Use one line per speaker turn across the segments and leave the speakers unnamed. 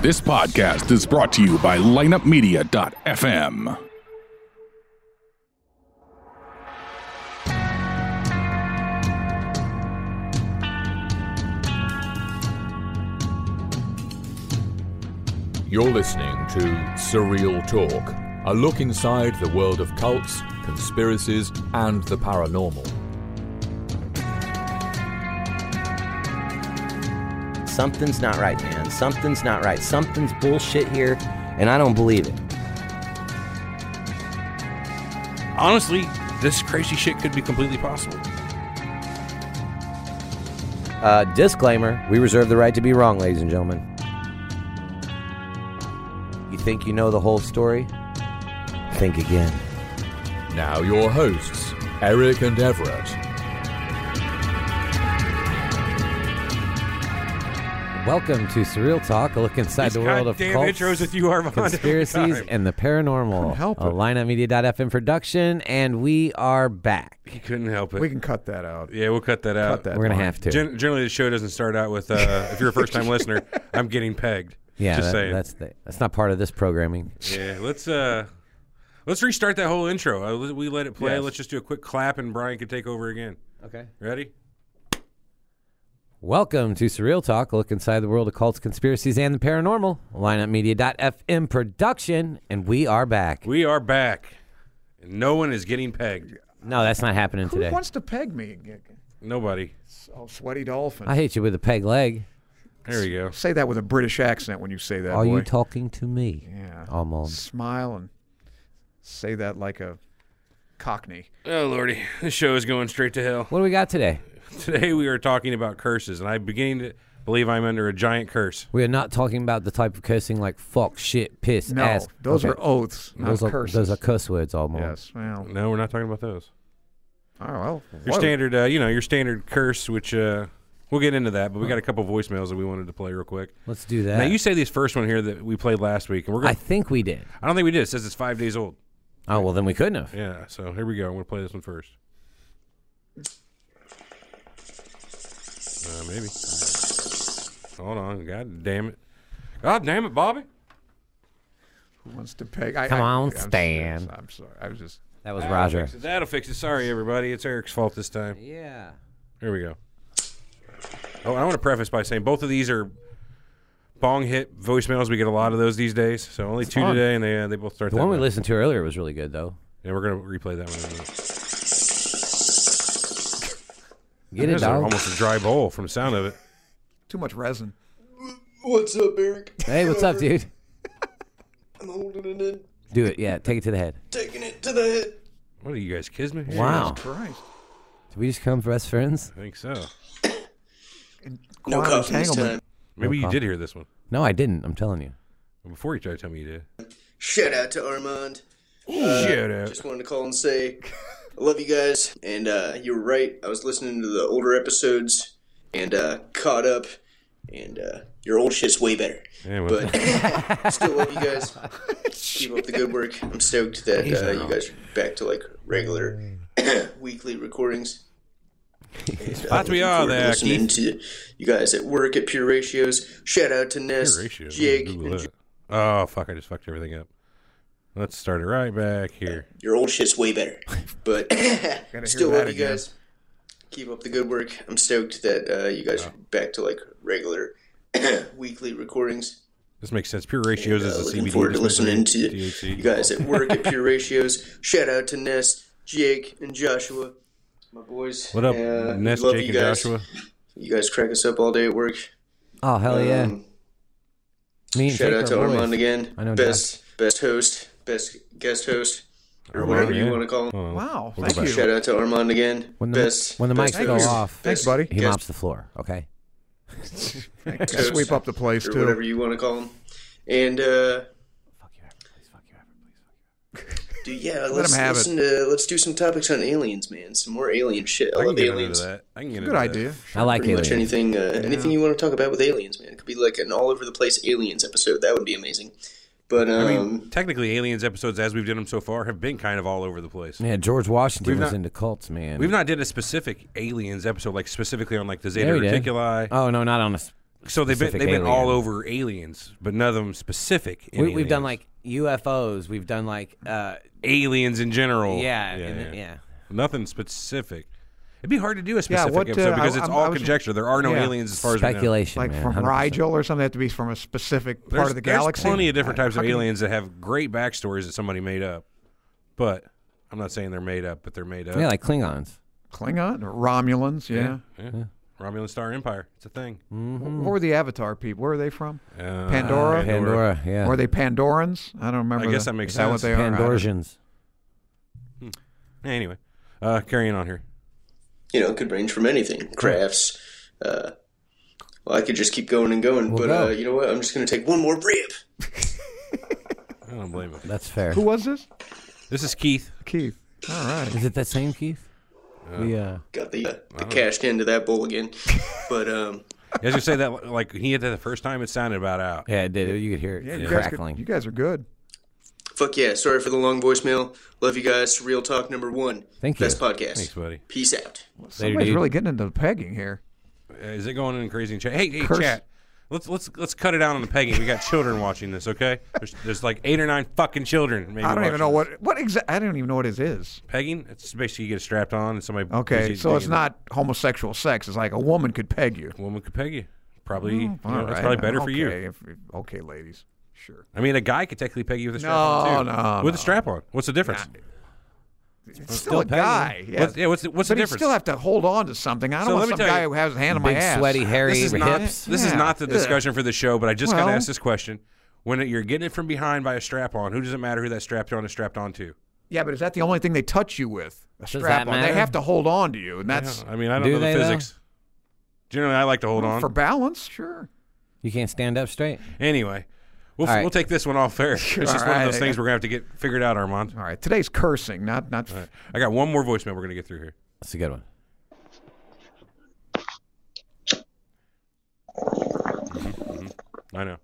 This podcast is brought to you by lineupmedia.fm.
You're listening to Surreal Talk, a look inside the world of cults, conspiracies, and the paranormal.
Something's not right, man. Something's not right. Something's bullshit here, and I don't believe it.
Honestly, this crazy shit could be completely possible.
Uh, disclaimer we reserve the right to be wrong, ladies and gentlemen. You think you know the whole story? Think again.
Now, your hosts, Eric and Everett.
Welcome to Surreal Talk, a look inside
These
the world of
goddamn
cults,
intros with you, Armand, every
conspiracies,
time.
and the paranormal.
help
a
it.
lineupmedia.fm production, and we are back.
He couldn't help it.
We can cut that out.
yeah, we'll cut that out.
that.
We're gonna have to.
Gen- generally, the show doesn't start out with uh, "If you're a first-time listener, I'm getting pegged."
yeah,
just
that-
saying.
that's the, that's not part of this programming.
Yeah, let's uh, let's restart that whole intro. Uh, let- we let it play. Let's just do a quick clap, and Brian can take over again.
Okay.
Ready?
Welcome to Surreal Talk, a look inside the world of cults, conspiracies, and the paranormal. A lineupmedia.fm production, and we are back.
We are back. And no one is getting pegged.
No, that's not happening
Who
today.
wants to peg me?
Nobody.
Oh, sweaty dolphin.
I hate you with a peg leg.
There we go.
say that with a British accent when you say that.
are
boy.
you talking to me?
Yeah.
Almost.
Smile and say that like a Cockney.
Oh lordy, this show is going straight to hell.
What do we got today?
Today we are talking about curses, and I'm beginning to believe I'm under a giant curse.
We are not talking about the type of cursing like fuck, shit, piss,
No,
ass.
those
Okay.
are oaths, not
those are
curses.
those are cuss words almost.
yes. Well.
No, we're not talking about those.
Oh well.
Your
whoa.
standard, uh, you know, your standard curse, which uh, we'll get into that, but we got a couple voicemails that we wanted to play real quick.
Let's do that.
Now you say this first one here that we played last week, and we're
I
gonna,
think we did.
I, don't think we did. It says it's five days old.
Oh well, then we couldn't have.
Yeah, so here we go. I'm gonna play this one first. Uh, maybe. Hold on. God damn it. God damn it, Bobby.
Who wants to peg? I,
Come
I,
on,
I'm serious.
Stan.
I'm sorry. I was just.
That was Roger.
That'll fix it. Sorry, everybody. It's Eric's fault this time.
Yeah.
Here we go. Oh, I want to preface by saying both of these are bong hit voicemails. We get a lot of those these days. So only two today, and they uh, they both start.
The
that
one we
way.
listened to earlier was really good though.
Yeah, we're gonna replay that one. in a minute.
Get it,
There's a-
dog.
almost a dry bowl from the sound of it.
Too much resin.
What's up, Eric?
Hey, what's up, dude?
I'm holding it in,
Do it. Yeah, take it to the head.
taking it to the head.
What are you guys kismet? here?
Wow.
Christ.
Did we just come for best friends?
I think so.
And
No
quantum
coffee this time.
entanglement.
Maybe you
problem.
did hear this one
No, I didn't. I'm telling you.
before you tried to tell me you did.
Shout out to Armand. Uh,
Shout out.
Just wanted to call and say I love you guys. And uh, you were right. I was listening to the older episodes and uh, caught up. And uh, your old shit's way better.
Yeah, well,
But still love you guys. Keep up the good work. I'm stoked that uh, you guys are back to like regular weekly recordings. And, uh,
That's we
looking
are
forward to
there,
Listening to you guys at work at Pure Ratios. Shout out to Ness,
Your ratio.
Jake,
Google
and
that. Oh fuck! I just fucked everything up. Let's start it right back here.
Your old shit's way better. But still
that
love you
again.
guys. Keep up the good work. I'm stoked that uh, you guys are back to like regular weekly recordings.
This makes sense. Pure ratios
Uh,
is a
looking
CBD.
forward to
dispensary.
listening to
THC.
you guys at work at Pure Ratios. Shout out to Ness, Jake, and Joshua, my boys.
What up,
Uh,
Ness,
love
Jake,
you
and
guys.
Joshua?
You guys crack us up all day at work.
Oh hell yeah.
Um,
Me and
shout
Jake
out
are
to
boys.
Armand again.
I know
best best host, best guest host, or
Armand,
whatever
yeah.
you want to call him.
Hold on.
Wow.
We'll go
thank
back.
you.
Shout out to Armand again.
When the-
best.
when the
best
mics go
host,
off.
best
Thanks, buddy.
He
guest
mops the floor. Okay.
host,
Sweep up the place
or
too.
whatever you want to call him. And uh,
Fuck you, Everett, please. Fuck you, Everett, please. Fuck
dude, yeah, let's
him have
listen to let's do some topics on aliens, man. Some more alien shit. I,
I can
love
get into
aliens.
that. I can get
Good
into that.
idea.
you. I like
Pretty much
aliens.
anything, uh, anything you want to talk about with aliens, man. It could be like an all over the place aliens episode. That would be amazing. But um,
I mean, technically, aliens episodes, as we've done them so far, have been kind of all over the place.
Yeah, George Washington
We've
was
not-
into cults, man.
We've not did a specific aliens episode, like specifically on like the Zeta
Yeah, we did.
Reticuli.
Oh no, not on a s-
So they've been
Specific
they've been all
alien.
over aliens, but none of them specific. in
We, we've done
aliens.
like UFOs. We've done like uh,
aliens in general.
yeah, and- yeah,
Nothing specific. It'd be hard to do a
Yeah,
specific
what,
episode
uh,
because
I-
it's
I'm- I
all
was-
conjecture. There are no
yeah.
aliens as far as we know.
speculation,
like
man,
from
100%.
Rigel or something. They have to be from a specific part
There's-
of the galaxy.
There's plenty of different
Uh,
types
how
of
can you-
aliens that have great backstories that somebody made up. But I'm not saying they're made up, but they're made up.
Yeah, like Klingons.
Klingon or Romulans. Yeah.
Romulan Star Empire. It's a thing.
Who are the Avatar people? Where are they from?
Mm-hmm. Uh,
Pandora?
Pandora, yeah.
Or are they Pandorans? I don't remember.
I guess
the-
that makes
is that what
sense.
they are? I don't-
Pandorsians.
Anyway, uh, carrying on here.
You know, it could range from anything. Crafts. Uh, well, I could just keep going and going, but
go.
uh, you know what? I'm just going to take one more rip.
I don't blame him.
That's fair.
Who was this?
This is Keith.
Keith. All right.
Is it that same Keith? yeah.
Got the uh, the cashed into that bowl again, but um,
As you say that, like he hit that the first time, it sounded about out.
Yeah, it did. You could hear it
Yeah, you, guys could-
crackling.
you guys are good.
fuck yeah! Sorry for the long voicemail. Love you guys. Real talk number one.
Thank you.
Best podcast.
Thanks, buddy.
Peace out.
Somebody's
dude.
really getting into the pegging here.
Uh, Is it going in crazy chat? Hey, hey,
Curse.
chat. Let's let's let's cut it down on the pegging. We got children watching this. Okay, there's, there's like eight or nine fucking children. Maybe
I don't even
watching
know
this.
what what exa- I don't even know what it is.
pegging. It's basically you get strapped on and somebody.
Okay,
gives you
so
the
it's
thing
not homosexual sex. It's like a woman could peg you.
and- Woman could peg you. Probably. you know,
Mm, All
that's
right,
probably better for
okay,
you.
if- if- okay, ladies. Sure.
I mean, a guy could technically peg you with a strap on too.
No, no,
With
no.
a strap on. What's the difference?
It's still, a guy. Yeah.
What's, yeah, what's the, what's
but
the
you
difference?
still have to hold on to something. I don't
So let
want
me
some
tell
guy
you,
who has a hand on my
Big,
ass.
sweaty, hairy
this is not
hips.
this is
Yeah.
not the
Ugh.
discussion for the show, but I just got
Well-
asked this question. When you're getting it from behind by a strap on, who does it matter who that strapped on is strapped on to?
Yeah, but is that the only thing they touch you with? A
that
strap on. They
matter?
have to hold on to you, and that's
I mean, I don't
Do
know the
they, though?
physics. Generally, I like to hold on.
for balance. Sure.
You can't stand up straight.
Anyway, we'll,
All right.
we'll take this one off air. It's just one of those
Alright.
things we're gonna have to get figured out, Armand.
All right. Today's cursing, not not.
I got one more voicemail we're gonna get through here.
That's a good one.
I know.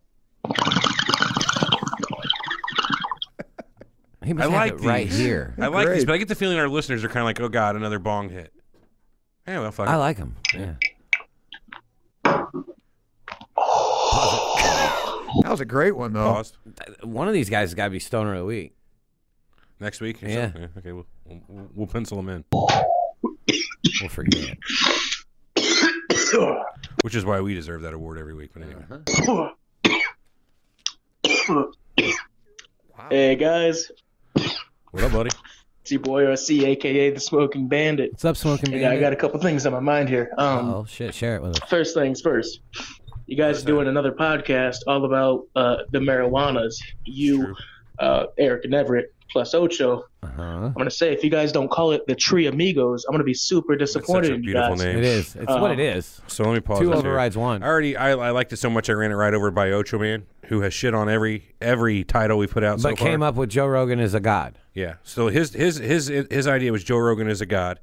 He
I
must have
like
it right
these.
here.
I like these, but I get the feeling our listeners are kind of like, "Oh God, another bong hit." Yeah, well, fuck.
I
it.
like him. Yeah.
That was a great one though.
Paused.
One of these guys has got to be stoner of the week.
Next week. or
Yeah.
something? Okay, we'll, we'll, we'll pencil them in.
We'll forget.
Which is why we deserve that award every week. But anyway,
Uh-huh.
Hey guys,
what up, buddy?
it's your boy RC, aka the Smoking Bandit.
What's up, smoking
And
bandit?
I got a couple things on my mind here. Um,
Oh shit! Share it with us.
first things first, you guys are doing another podcast all about uh, the marijuanas. You, uh, Eric and Everett, plus Ocho.
Uh
Uh-huh.
huh.
I'm gonna say if you guys don't call it the Tree Amigos, I'm gonna be super
That's such
disappointed
a
in you
beautiful
guys.
name.
It is. It's
Uh,
what it is.
So let me pause.
Two
this here.
overrides one.
I already I, I liked it so much I ran it right over by Ocho Man, who has shit on every every title we put out. so
But came
far.
up with Joe Rogan as a god.
Yeah. So his his his his idea was Joe Rogan is a god,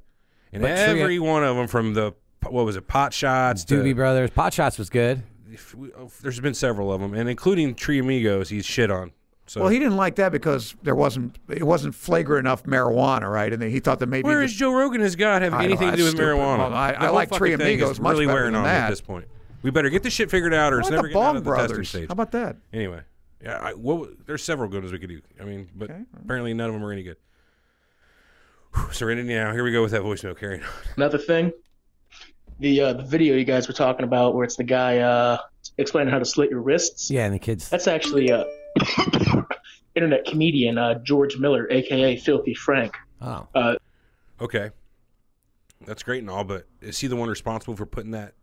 and
But Tree-
every one of them from the what was it pot shots to-
Doobie Brothers. Pot Shots was good.
if we- oh, there's been several of them, and including Tree Amigos, he's shit on. So
Well, he didn't like that because there wasn't it wasn't flagrant enough marijuana, right? And then he thought that maybe
where
the-
is Joe Rogan as God have
I know,
anything to do with
that's stupid.
marijuana?
Well, I-
The
I
whole
like Tree
fucking thing
Amigos
is
much
really
better
wearing
than
on me at
that.
this point. We better get this shit figured out, or
How
it's
about
never
the
getting out
Bong
of the testing
Brothers?
stage.
How about that?
Anyway, yeah, I, what, there's several good ones we could do. I mean, but apparently none of them are any good. Whew, Serenity now. Here we go with that voicemail, Karen.
Another thing, the uh, the video you guys were talking about where it's the guy uh, explaining how to slit your wrists.
Yeah, and the kids.
That's actually uh, internet comedian uh, George Miller, aka Filthy Frank.
Oh,
Okay, that's great and all, but is he the one responsible for putting that?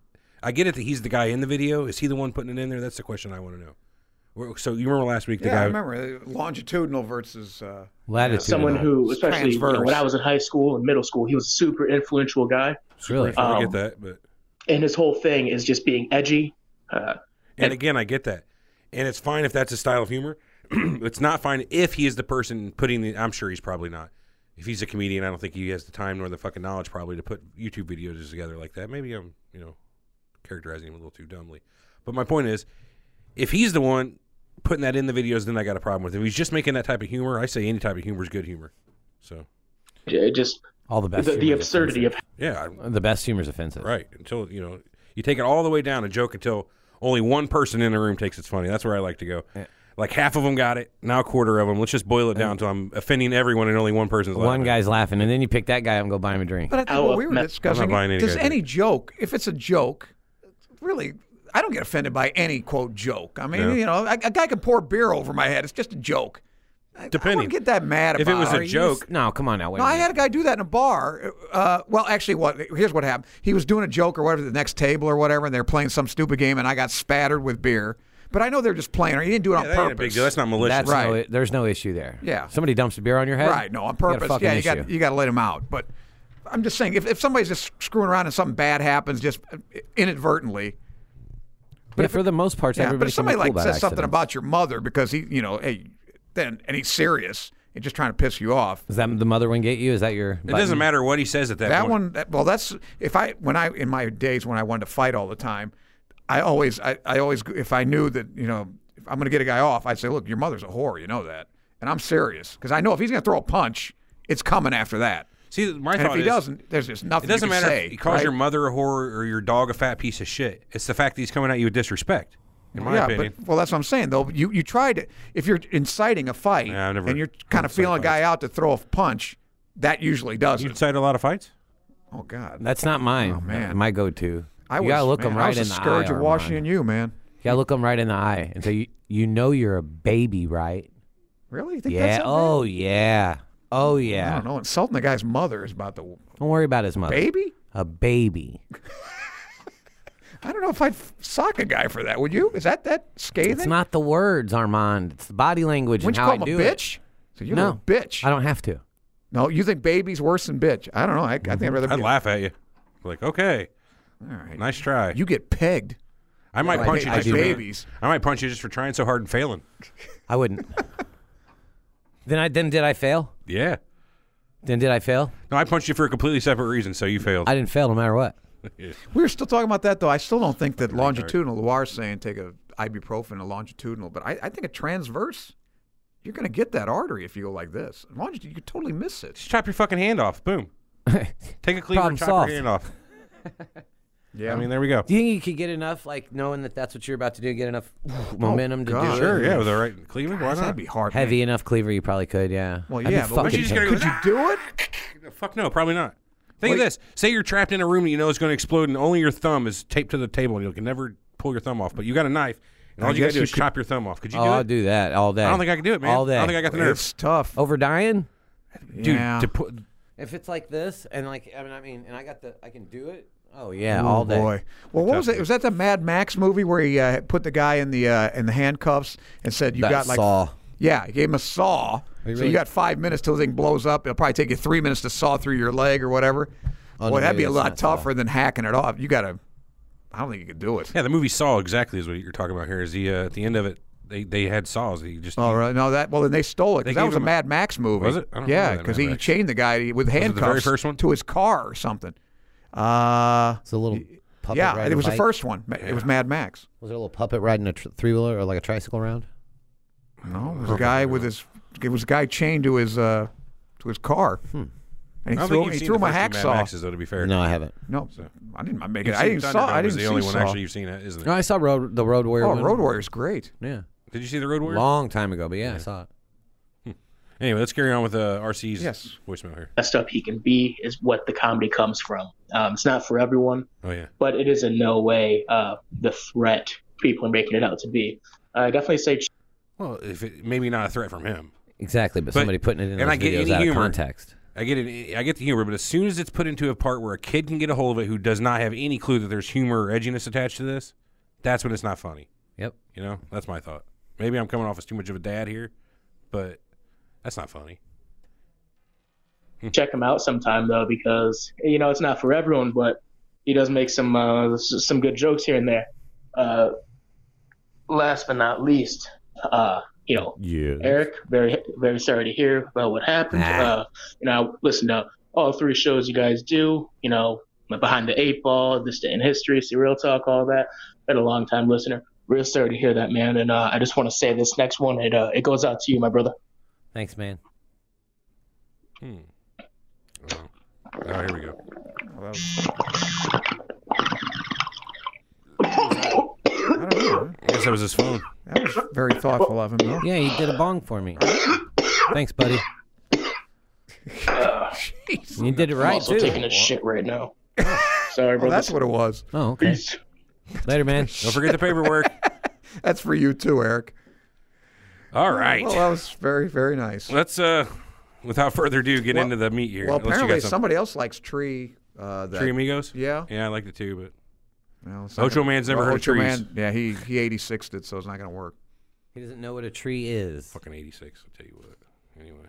I get it that he's the guy in the video. Is he the one putting it in there? That's the question I want to know. Where- So you remember last week the
yeah,
guy?
I remember uh, longitudinal versus. Uh,
latitude.
someone who, especially you know,
transverse.
when I was in high school and middle school, he was a super influential guy,
really.
Uh,
I
um,
get that, but
and his whole thing is just being edgy. Uh,
and again, I get that, and it's fine if that's his style of humor. it's not fine if he is the person putting the. I'm sure he's probably not. If he's a comedian, I don't think he has the time nor the fucking knowledge probably to put YouTube videos together like that. Maybe I'm, you know, characterizing him a little too dumbly. But my point is, if he's the one putting that in the videos, then I got a problem with it. If he's just making that type of humor, I say any type of humor is good humor. So
it just
All the best.
the, the
humor's
absurdity of
yeah, I-
offensive. the best humor's offensive.
Right. Until you know, you take it all the way down a joke until Only one person in the room takes it's funny. That's where I like to go. Like half of them got it. Now a quarter of them. Let's just boil it down to I'm offending everyone and only one person's
One
laughing.
guy's laughing, and then you pick that guy up and go buy him a drink.
But I think
How
what we were
upma-
discussing,
I'm not buying any
does
guys
any joke, if it's a joke, really, I don't get offended by any quote joke. I mean,
No.
you know, a, a guy could pour beer over my head. It's just a joke. I- I
Depending.
wouldn't get that mad
If it
about
was a
Are you
joke,
No, come on now. Wait
No,
a
I
minute.
had a guy do that in a bar. Uh, well, actually, what here's what happened. He was doing a joke or whatever at the next table or whatever, and they're playing some stupid game, and I got spattered with beer. But I know they're just playing, or he didn't do it on
Yeah, that ain't a
purpose.
big deal. That's not malicious.
That's
Right.
no, there's no issue there.
Yeah.
Somebody dumps a beer on your head.
Right? No, on
got a
purpose.
fucking
yeah, you
issue.
got you got to let him out. But I'm just saying, if, if somebody's just screwing around and something bad happens, just inadvertently.
But for the most part,
Yeah,
everybody
but if somebody
can be
like
cool about
says something
accidents.
about your mother because he, you know, hey, then and he's serious and just trying to piss you off.
Is that the mother one get you? Is that your?
It doesn't matter what he says at that,
that
point.
one that, well that's if i when i in my days when i wanted to fight all the time i always i, I always if i knew that you know if i'm going to get a guy off i'd say look your mother's a whore you know that and i'm serious because i know if he's going to throw a punch it's coming after that
See, my
and
thought
if he
is,
doesn't there's just nothing
It doesn't
you can
matter
say,
if he calls
right?
your mother a whore or your dog a fat piece of shit. It's the fact that he's coming at you with disrespect, in my
yeah,
opinion.
but well, that's what I'm saying though. You you tried to if you're inciting a fight
Yeah, I've never
and you're kind
incited
of feeling a guy out to throw a punch, that usually does
you
it.
incite a lot of fights?
Oh God,
That's not mine. Oh
man.
my go-to.
I
you
was
gotta look
man,
them
I
right
was
in
the
the
scourge
eye.
of
Armand.
Washington, you man.
You gotta look them right in the eye and say, "You, you know you're a baby, right?
Really? You think
yeah.
That's that bad?
oh yeah. Oh yeah.
I don't know. Insulting the guy's mother is about the
Don't worry about his mother.
baby.
A baby.
I don't know if I'd f- sock a guy for that. Would you? Is that that scathing?
It's not the words, Armand. It's the body language and
Wouldn't you
how
call
I
him
do
a
it.
bitch? So you're
No.
a bitch.
I don't have to.
no, you think baby's worse than bitch? I don't know. I, I think I'd rather.
I'd
be-
laugh at you. Like, okay,
All right.
nice try.
You get pegged.
I might
like
punch you
ba-
just
like
for-
babies.
I might punch you just for trying so hard and failing.
I wouldn't. then I then did I fail?
Yeah.
Then did I fail?
No, I punched you for a completely separate reason, so you failed.
I didn't fail no matter what.
We were still talking about that though. I still don't think that longitudinal. Loire saying take a ibuprofen, a longitudinal, but I, I think a transverse. You're going to get that artery if you go like this. Longitudinal, you could totally miss it.
just chop your fucking hand off. Boom. Take a cleaver
Problem
and chop
solved.
your hand off.
Yeah,
I mean, there we go.
Do you think you could get enough, like knowing that that's what you're about to do, get enough momentum to do
God.
it?
Sure, yeah, with the right cleaver. Why
that'd
not?
be hard. man.
Heavy enough cleaver, you probably could, yeah.
Well,
I'd be
yeah, but
fucking
would
you just
pissed.
gotta
Could you do it?
Fuck no, probably not. Think of
Wait.
this: say you're trapped in a room that you know is going to explode, and only your thumb is taped to the table, and you can never pull your thumb off. But you got a knife, and
I
all you got to
guess
do
you
is
could-
chop your thumb off. Could you
Oh,
do
I'll
it?
do that all day.
I don't think I can do it, man.
All day.
I don't think I got the nerves,
It's tough.
Over dying?
dude.
Yeah.
To put
If it's like this, and like, I mean, I mean, and I got the, I can do it. Oh yeah, all day.
Boy, well, what was it? Was that the Mad Max movie where he uh, put the guy in the uh, in the handcuffs and said, "You
That
got like
saw.
yeah, he gave him a saw. So you got five minutes till the thing blows up. It'll probably take you three minutes to saw through your leg or whatever.
Oh,
Boy,
no,
that'd be
maybe
a
that's
lot
not saw.
tougher than hacking it off. You gotta. I don't think you could do it.
yeah, the movie Saw exactly is what you're talking about here. Is the uh, at the end of it, they they had saws. that You just
All right, no, that well, then they stole it
They
'cause that
gave
was a
him a-
Mad Max movie.
Was it? I don't
yeah,
remember that
because
Mad
he
Max.
chained the guy with
it the
handcuffs
very first one?
to his car or something. Uh,
It's a little puppet.
yeah,
riding
it
a
was the
bike.
first one. Ma- It was Mad Max.
Was it a little puppet riding a tr- three wheeler or like a tricycle round?
No, it was a guy with his. It was a guy chained to his uh, to his car,
Hmm.
and
I
he
don't
threw,
think you've
he
seen
threw
the
him a
first two Mad
hacksaw.
Maxes, though, to be fair.
No, I haven't.
No, I didn't make it.
You've
I
seen
didn't saw.
Thunderdome
I
is
didn't
the only
see
one
saw.
actually you've seen it, isn't
No,
it?
I saw Road the Road Warrior.
Oh,
one.
Road Warrior's great.
Yeah,
Did you see the Road Warrior?
long time ago, but yeah, I saw it.
Anyway, let's carry on with uh, RC's
Yes.
voicemail here.
Best up he can be is what the comedy comes from. Um, it's not for everyone,
Oh yeah,
but it is in no way uh, the threat people are making it out to be. I definitely say ch-
well, if it, maybe not a threat from him.
Exactly, but,
But-
somebody putting it in
and
those
I get
videos
any
out
humor.
of context.
I get it. I get the humor, but as soon as it's put into a part where a kid can get a hold of it who does not have any clue that there's humor or edginess attached to this, that's when it's not funny.
Yep.
You know, that's my thought. Maybe I'm coming off as too much of a dad here, but that's not funny.
check him out sometime though, because you know it's not for everyone, but he does make some uh, s- some good jokes here and there. Uh, last but not least, uh, you know,
Yeah.
Eric, very very sorry to hear about what happened.
Ah.
Uh, you know, I listened to all three shows you guys do. You know, behind the eight ball, this day in history, see real talk, all that. Been a long time listener. Real sorry to hear that, man. And uh, I just want to say this next one. It uh, it goes out to you, my brother.
Thanks, man.
Hmm. Oh, oh, here we go.
I don't know.
guess that was his phone.
That was very thoughtful of him, though.
Yeah, he did a bong for me. Thanks, buddy. And you did it
I'm
right
also
too.
taking a shit right now. Sorry,
Well,
brother.
that's what it was.
Oh, okay. Later, man.
Don't forget the paperwork.
That's for you too, Eric.
All right.
Well, that was very, very nice.
Let's uh, without further ado, get
Well-
into the meat here.
Well,
Unless you
apparently
got some-
somebody else likes tree. Uh, that,
Tree Amigos.
Yeah.
Yeah, I liked it too, but
Well, it's not
Ocho Man's never
well,
heard
Ocho
of trees.
Man, yeah, he he 86 it, so it's not gonna work.
He doesn't know what a tree is.
Fucking 86, I'll tell you what. Anyway.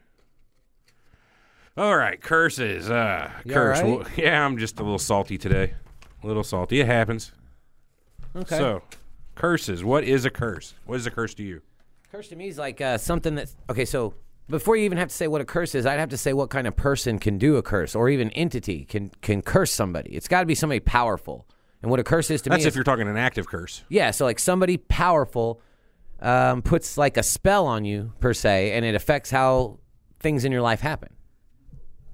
All right, curses. Uh,
You
curse.
all right?
Well, yeah, I'm just a little salty today. A little salty. It happens.
Okay.
So, curses. What is a curse? What is a curse to you?
Curse to me is like uh, something that's okay. So before you even have to say what a curse is, I'd have to say what kind of person can do a curse, or even entity can can curse somebody. It's got to be somebody powerful. And what a curse is to
That's
me
if
is
you're talking an active curse.
yeah. So like somebody powerful um, puts like a spell on you per se, and it affects how things in your life happen.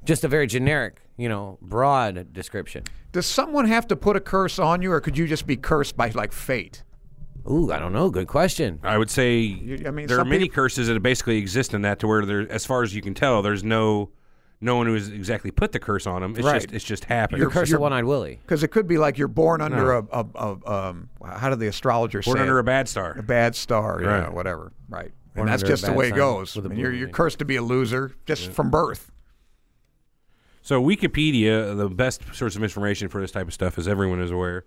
Just a very generic, you know, broad description.
Does someone have to put a curse on you, or could you just be cursed by like fate?
Ooh, I don't know. Good question.
I would say
I mean,
there are
some
many
people-
curses that basically exist in that to where there, as far as you can tell, there's no no one who has exactly put the curse on them. It's
Right.
just it's just happened.
You're-
Curse of one-eyed Willie.
Because it could be like you're born under a, a, a um. How do the astrologers
Born
say?
under
it?
a bad star.
a bad star, you
Right.
know, whatever. Right.
Born
and that's
under a
just the
bad
way it
sign
goes.
with a
I mean, you're,
blue
you're
moon.
cursed to be a loser just from birth.
So Wikipedia, the best source of information for this type of stuff, as everyone is aware,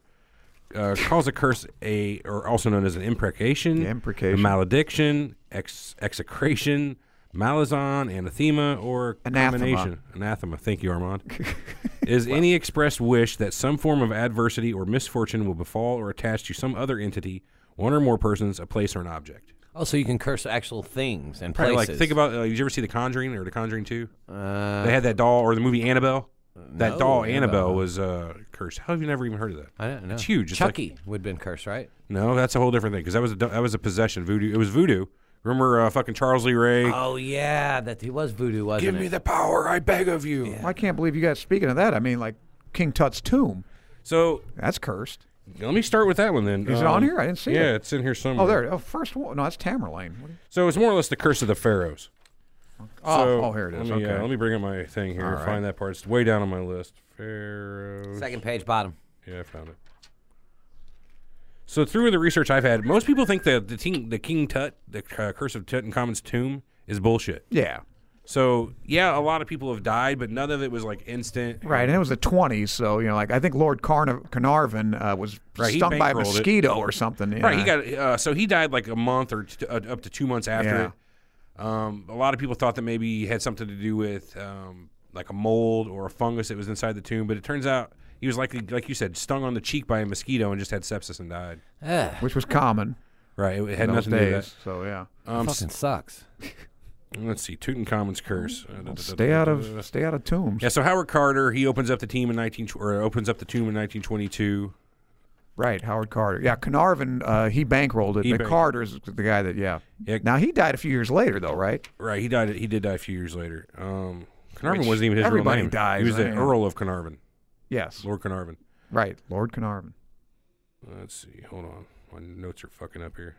uh, calls a curse a, or also known as an imprecation,
Yeah, imprecation.
a malediction, ex- execration, malazon, anathema, or
Anathema.
combination. Anathema. Thank you, Armand. is any expressed wish that some form of adversity or misfortune will befall or attach to some other entity, one or more persons, a place, or an object.
Oh, so you can curse actual things and
Right,
places.
like think about. Uh, did you ever see The Conjuring or The Conjuring Two?
Uh,
They had that doll or the movie Annabelle. That
no,
doll Annabelle,
Annabelle.
was uh, cursed. How have you never even heard of that?
I don't know.
It's huge. It's like-
Chucky would have been cursed, right?
No, that's a whole different thing because that was a do- that was a possession voodoo. It was voodoo. Remember uh, fucking Charles Lee Ray?
Oh yeah, that he was voodoo, wasn't
Give me the power, I beg of you.
Well, I can't believe you guys speaking of that. I mean, like King Tut's tomb.
So
That's cursed.
let me start with that one then.
Is it on here? I didn't see
yeah, Oh.
it.
it's in here somewhere.
Oh, there. Oh, first one. No, that's Tamerlane. What do you-
So it's more or less the curse of the pharaohs.
Oh,
So,
oh, here it is.
Let me, uh,
okay.
let me bring up my thing here. and
right.
Find that part. It's way down on my list. Pharaohs.
Second page, bottom.
Yeah, I found it. So through the research I've had, most people think that the king, the King Tut, the uh, curse of Tutankhamun's tomb, is bullshit.
yeah.
So yeah, a lot of people have died, but none of it was like instant.
Right. And it was the 20s. So, you know, like I think Lord Carna- Carnarvon uh, was
Right, he
stung by a
bankrolled it.
mosquito or something. you
Right, he
know.
got uh, so he died like a month or t- uh, up to two months after
Yeah.
it. Um, a lot of people thought that maybe he had something to do with um, like a mold or a fungus that was inside the tomb, but it turns out he was likely, like you said, stung on the cheek by a mosquito and just had sepsis and died.
Ugh,
Which was common
Right, it had
in those
nothing to do with
days.
that.
So, yeah.
Um,
fucking sucks.
Let's see, Tutankhamen's curse.
Stay out of stay out of tombs.
Yeah, so Howard Carter he opens up the team in nineteen tw- or opens up the tomb in nineteen twenty two.
Right, Howard Carter. Yeah, Carnarvon, uh, he bankrolled it.
He
but
bank-
Carter's the guy that, yeah.
Yeah.
Now, he died a few years later, though, right?
Right, he died. He did die a few years later. Um, Carnarvon
Which
wasn't even his real
everybody
name.
dies,
He was the
right?
Earl of Carnarvon,
Yes.
Lord Carnarvon.
Right, Lord Carnarvon.
Let's see. Hold on, my notes are fucking up here.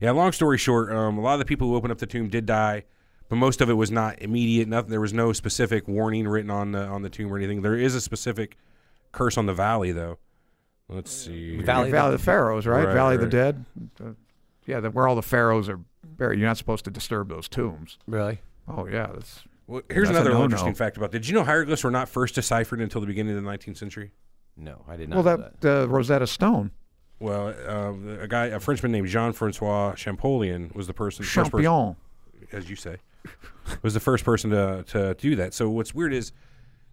Yeah, long story short, um, a lot of the people who opened up the tomb did die, but most of it was not immediate. Nothing. There was no specific warning written on the on the tomb or anything. There is a specific curse on the valley, though. Let's see.
Valley of the-
Valley of the Pharaohs, right?
Right,
Valley of
right.
the Dead. Uh, yeah, the, where all the pharaohs are buried. You're not supposed to disturb those tombs.
Really?
Oh, yeah. That's,
Well, here's
That's a
another
no-no.
interesting fact about. Did you know hieroglyphs were not first deciphered until the beginning of the 19th century?
No, I did not.
well,
know
that uh, Rosetta Stone.
Well, um, a guy, a Frenchman named Jean Francois Champollion, was the person, first person-
Champion.
as you say, was the first person to to do that. So what's weird is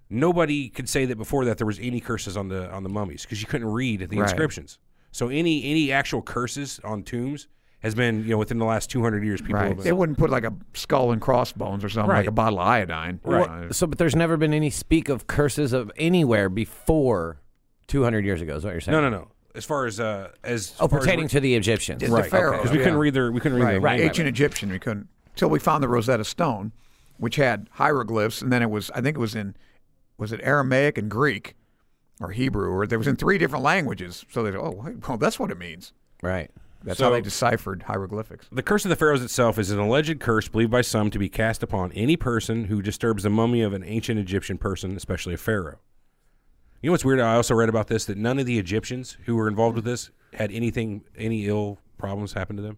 nobody could say that before that there was any curses on the on the mummies because you couldn't read the
Right.
inscriptions. So any any actual curses on tombs has been you know within the last 200 years people
Right.
have
They
been,
wouldn't put like a skull and crossbones or something,
Right.
like a bottle of iodine.
Right.
So, but there's never been any speak of curses of anywhere before 200 years ago. Is what you're saying?
no no no as far as uh as
Oh,
far as-
pertaining to the Egyptians.
It's the
right
pharaohs,
because we
yeah.
couldn't read their we couldn't read
Right.
their
right.
language.
Ancient Egyptian, we couldn't. Until we found the Rosetta Stone, which had hieroglyphs, and then it was, I think it was in, was it Aramaic and Greek? or Hebrew, or there was in three different languages. So they said, oh, wait, well, that's what it means.
Right.
That's
So-
how they deciphered hieroglyphics.
The curse of the pharaohs itself is an alleged curse believed by some to be cast upon any person who disturbs the mummy of an ancient Egyptian person, especially a pharaoh. You know what's weird? I also read about this that none of the Egyptians who were involved with this had anything, any ill problems happen to them.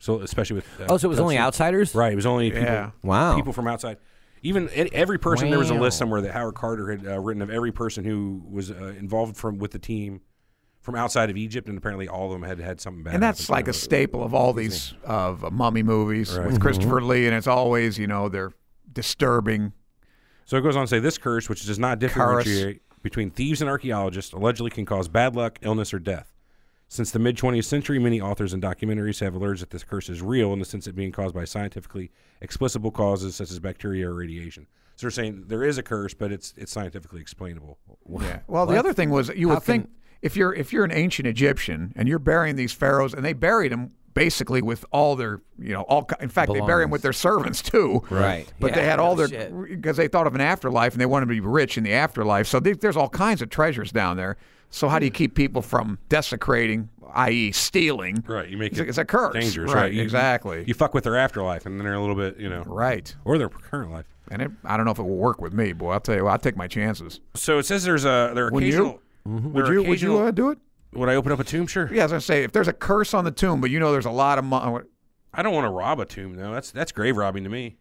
So especially with uh,
Oh, so it was only outsiders?
right. It was only people,
Yeah.
Wow.
people from outside. Even e- every person, there was a
Wow.
list somewhere that Howard Carter had uh, written of every person who was uh, involved from with the team from outside of Egypt, and apparently all of them had had something bad.
And
happen
that's
to
like a
them.
staple of all these of uh, mummy movies with Christopher Lee, and it's always you know they're disturbing.
So it goes on to say this curse, which does not differentiate between thieves and archaeologists, allegedly can cause bad luck, illness, or death. Since the mid 20th century, many authors and documentaries have alleged that this curse is real in the sense of being caused by scientifically explicable causes such as bacteria or radiation. So they're saying there is a curse, but it's it's scientifically explainable.
Yeah. Well, the other thing was you would
How can-
think if you're if you're an ancient Egyptian and you're burying these pharaohs, and they buried them basically with all their you know all ki- in fact they bury them with their servants too.
Right.
But they
Yeah,
had all
no
their
shit.
because they thought of an afterlife and they wanted to be rich in the afterlife. So they, there's all kinds of treasures down there. So how do you
Hmm.
keep people from desecrating, i.e., stealing?
Right. You make
It's a-
it
it's a curse.
dangerous, right?
Right,
You-
exactly.
You fuck with their afterlife, and then they're a little bit, you know,
Right.
or their current life.
And it, I don't know if it will work with me, boy. I'll tell you, what, I'll take my chances.
So it says there's a there are
Would you?
occasional. there
Would
are
you? Would you
occasional-
uh, do it?
would I open up a tomb? Sure.
Yeah, I was gonna say if there's a curse on the tomb, but you know there's a lot of uh, money.
I don't want to rob a tomb though. That's that's grave robbing to me.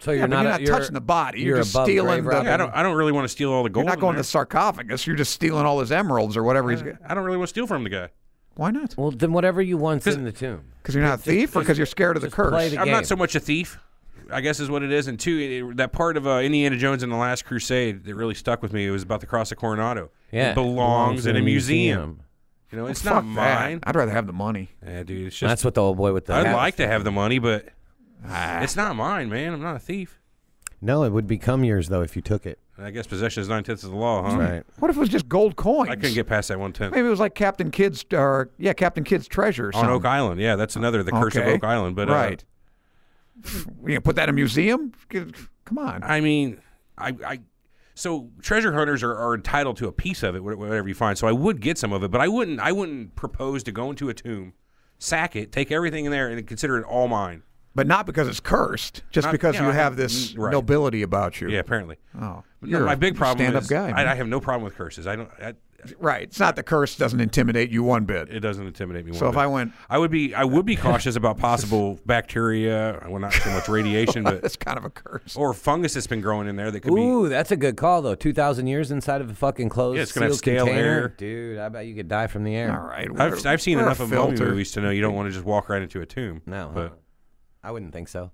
So
Yeah,
you're,
but
not,
you're not touching the body. You're just
above
stealing
grave
the-
robbing.
Yeah, I don't. I don't really want to steal all the
Uh, You're
gold.
not
in
going to
there.
the sarcophagus. You're just stealing all his emeralds or whatever. He's got.
I don't really want to steal from the guy.
Why not?
Well, then whatever you want's in the tomb.
Because you're not a thief, or because you're scared of the curse.
play the
I'm
game.
not so much a thief, I guess is what it is. And two, it- it- that part of uh, Indiana Jones and the Last Crusade that really stuck with me it was about the cross of Coronado.
Yeah.
it belongs, in a museum. You know, it's not
Fuck that.
mine.
I'd rather have the money.
Yeah, dude, it's just
That's what the old boy with the.
I'd like to have the money, but it's not mine, man. I'm not a thief.
No, it would become yours though if you took it.
And I guess possession is nine tenths of the law, huh?
Right.
What if it was just gold coins?
I couldn't get past that one tenth
Maybe it was like Captain Kidd's, or yeah, Captain Kidd's treasure. Or
on Oak
something.
Island. Yeah, that's another the curse of
Okay.
Oak Island. But uh,
right. you gonna put that in a museum? Come on.
I mean, I, I so treasure hunters are, are entitled to a piece of it, wh- whatever you find. So I would get some of it, but I wouldn't. I wouldn't propose to go into a tomb, sack it, take everything in there, and consider it all mine.
But not because it's cursed, just
Not-
because
yeah,
you
I-
have this
mm, right.
nobility about you.
Yeah, apparently.
Oh,
But no,
you're
my big
a
problem
stand-up
is
guy. man.
I, I have no problem with curses. I don't. I,
right. It's not the curse doesn't intimidate you one bit.
it doesn't intimidate me. one
so if
bit.
I went,
I would be. I would be cautious about possible bacteria. Well, not so much radiation, but
that's kind of a curse.
or fungus that's been growing in there that could be.
Ooh, that's a good call though. Two thousand years inside of a fucking closed
Yeah, it's gonna have
sealed
stale
container.
air.
dude. I bet you could die from the
All
air.
right. we're-
I've, I've seen
we're a
enough of mummy
filter.
movies to know you don't want to just walk right into a tomb.
No,
but.
I wouldn't think so.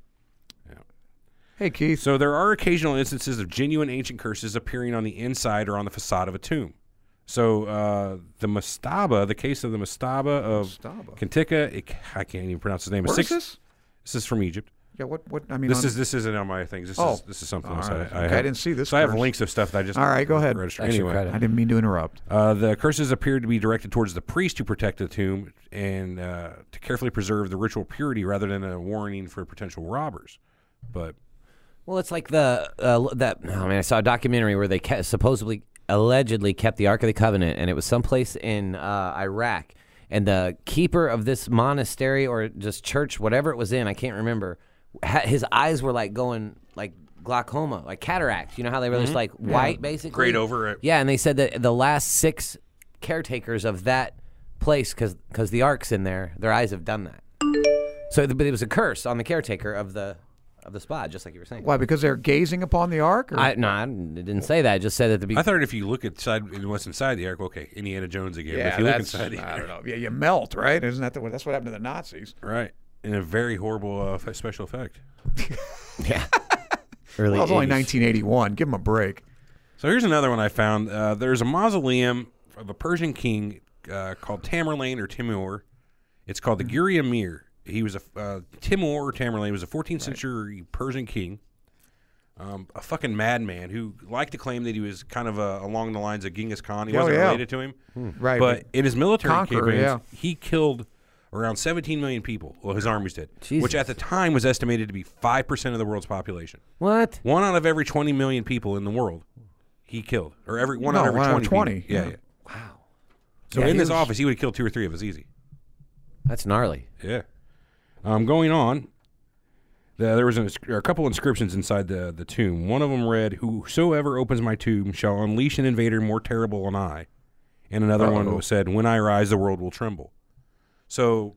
Hey Keith,
So there are occasional instances of genuine ancient curses appearing on the inside or on the facade of a tomb. So uh, the mastaba, the case of the mastaba of Kentika, it, I can't even pronounce his name.
where is
Six-
this?
This is from Egypt.
Yeah. What? What? I mean,
This
on-
is this isn't on my things. This
Oh.
is this is something
All
else. I,
right.
I,
Okay, I
have-
didn't see this
So I have
first.
links of stuff that I just.
All right, go ahead.
registered.
That's your
Anyway,
credit.
I didn't mean to interrupt.
uh, the curses appeared to be directed towards the priest who protected the tomb and uh, to carefully preserve the ritual purity rather than a warning for potential robbers. But
Well, it's like the uh, that. Oh man, I saw a documentary where they kept, supposedly, allegedly kept the Ark of the Covenant, and it was someplace in uh, Iraq. And the keeper of this monastery or just church, whatever it was in, I can't remember. Ha- his eyes were like going like glaucoma, like cataracts. You know how they were just like white, basically.
Grayed over it.
Yeah, and they said that the last six caretakers of that place, because the Ark's in there, their eyes have done that. So, but it was a curse on the caretaker of the of the spot, just like you were saying.
Why? Because they're gazing upon the ark. Or?
I no, I didn't say that. I just said at the
I
beginning.
thought if you look inside and what's inside the ark, okay, Indiana Jones again. but if you look inside the
I
ark,
don't know. Yeah, you melt, right? Isn't that the that's what happened to the Nazis?
right? In a very horrible uh, f- special effect.
Early.
Well, it was only
80s.
1981. Give them a break.
So here's another one I found. Uh, there's a mausoleum of a Persian king uh, called Tamerlane or Timur. It's called the Guri Emir. He was a f- uh, Timur or Tamerlane was a 14th century Persian king, um, a fucking madman who liked to claim that he was kind of uh, along the lines of Genghis Khan. He
Oh,
wasn't
yeah.
related to him,
Right,
But
but-
in his military
Conqueror,
campaigns,
yeah.
he killed around 17 million people. Well, his armies did, which
Jesus.
at the time was estimated to be five percent of the world's population.
What?
One out of every 20 million people in the world he killed, or every one
No,
out of every
one out of
20. people.
20,
Yeah,
yeah.
yeah. Wow. So in this office, he would have killed two or three of us easy.
That's gnarly.
Yeah. Um, going on, the, there was an, inscri- a couple inscriptions inside the, the tomb. One of them read, "Whosoever opens my tomb shall unleash an invader more terrible than I," and another one was said, "When I rise, the world will tremble." So,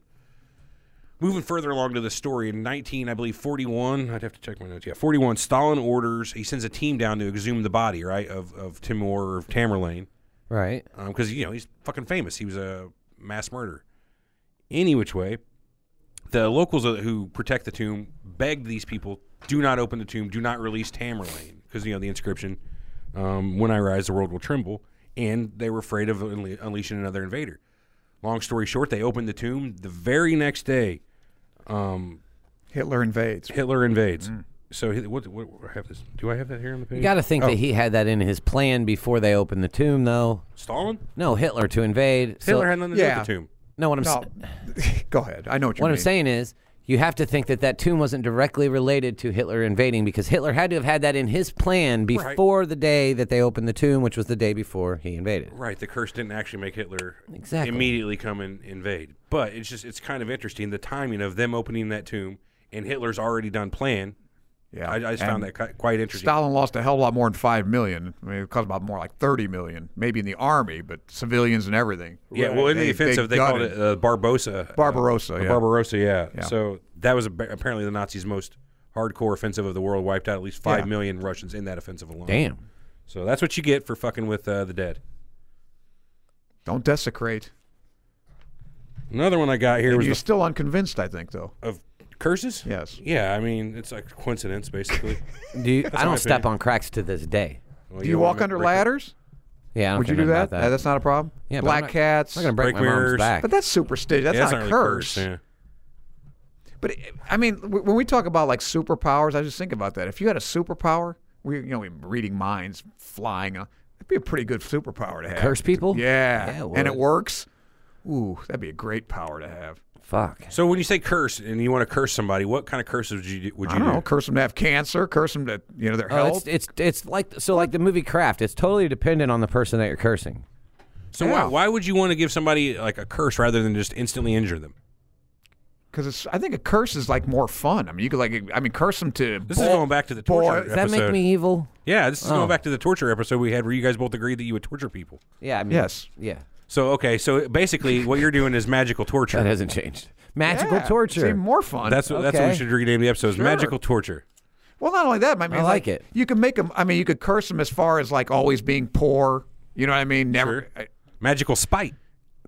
moving further along to the story, in 19, I believe 41, I'd have to check my notes. Yeah, 41. Stalin orders he sends a team down to exhume the body, right, of of Timur or of Tamerlane
Right.
because Um, you know he's fucking famous. He was a mass murderer. Any which way, the locals who protect the tomb begged these people, "Do not open the tomb. Do not release Tamerlane," because you know the inscription, um, "When I rise, the world will tremble," and they were afraid of unle- unleashing another invader. Long story short, they opened the tomb. The very next day,
Hitler invades.
Hitler invades. So he- what, what, I have this? Do I have that here on the page?
You got to think that he had that in his plan before they opened the tomb, though.
Stalin.
No, Hitler to invade. So-
Hitler had nothing to do
Yeah.
with the tomb.
no, what I'm
No,
s-
go ahead. I know what you
what
mean.
I'm saying is you have to think that that tomb wasn't directly related to Hitler invading because Hitler had to have had that in his plan before the day that they opened the tomb, which was the day before he invaded.
Right, the curse didn't actually make Hitler
Exactly.
immediately come and invade. But it's just it's kind of interesting the timing of them opening that tomb and Hitler's already done plan.
Yeah,
I, I just found that
and
qui- quite interesting.
Stalin lost a hell of a lot more than five million. I mean, it cost about more like thirty million, maybe in the army, but civilians and everything.
Yeah, well, in the offensive, they, called
gutted-
it uh, Barbosa.
Barbarossa,
Uh,
yeah.
Barbarossa, yeah.
Yeah.
So that was ab- apparently the Nazis' most hardcore offensive of the world. Wiped out at least five
Yeah.
million Russians in that offensive alone.
Damn.
So that's what you get for fucking with uh, the dead.
Don't desecrate.
Another one I got here was
You're
the
still unconvinced, I think, though.
f- of curses.
Yes.
Yeah, I mean it's a coincidence basically.
Do you, I
my
don't step
opinion.
on cracks to this day.
Well,
Do you
don't
walk
wanna
under
break it.
ladders?
Yeah, I don't
Would you
think
do
I'm about
that? Uh, that's not a problem.
Yeah, but I'm
Black
not-
cats.
I'm not gonna break,
Break
my
mirrors.
mom's back.
But that's superstition. That's
Yeah,
not a
really
curse.
yeah.
But I mean, w- when we talk about like superpowers, I just think about that. If you had a superpower, we you know, we- reading minds, flying, uh, that'd be a pretty good superpower to have.
Curse people?
Yeah,
Yeah, it
and it
would.
works. Ooh, that'd be a great power to have.
Fuck.
So when you say curse and you want to curse somebody, what kind of curses would you do? Would
I
you
don't
do?
know. Curse them to have cancer. Curse them to you know their
Oh,
health.
it's it's it's like so like the movie Craft. It's totally dependent on the person that you're cursing.
So
Yeah.
why, why would you want to give somebody like a curse rather than just instantly injure them?
Because it's, I think a curse is like more fun. I mean, you could like I mean, curse them to.
This is
boil-
going back to the
boil-
torture
Does that
episode.
make me evil?
yeah, this is
Oh.
going back to the torture episode we had where you guys both agreed that you would torture people.
Yeah. I mean,
Yes.
Yeah.
So okay, so basically what you're doing is magical
That
torture.
hasn't changed. Magical
Yeah,
torture.
It's even more fun.
That's what, that's what we
Okay.
should rename the episode. is Magical torture.
Well, not only that, but I mean,
I like it.
You could make them. I mean, you could curse them as far as like always being poor. You know what I mean? Never.
Sure. Magical spite.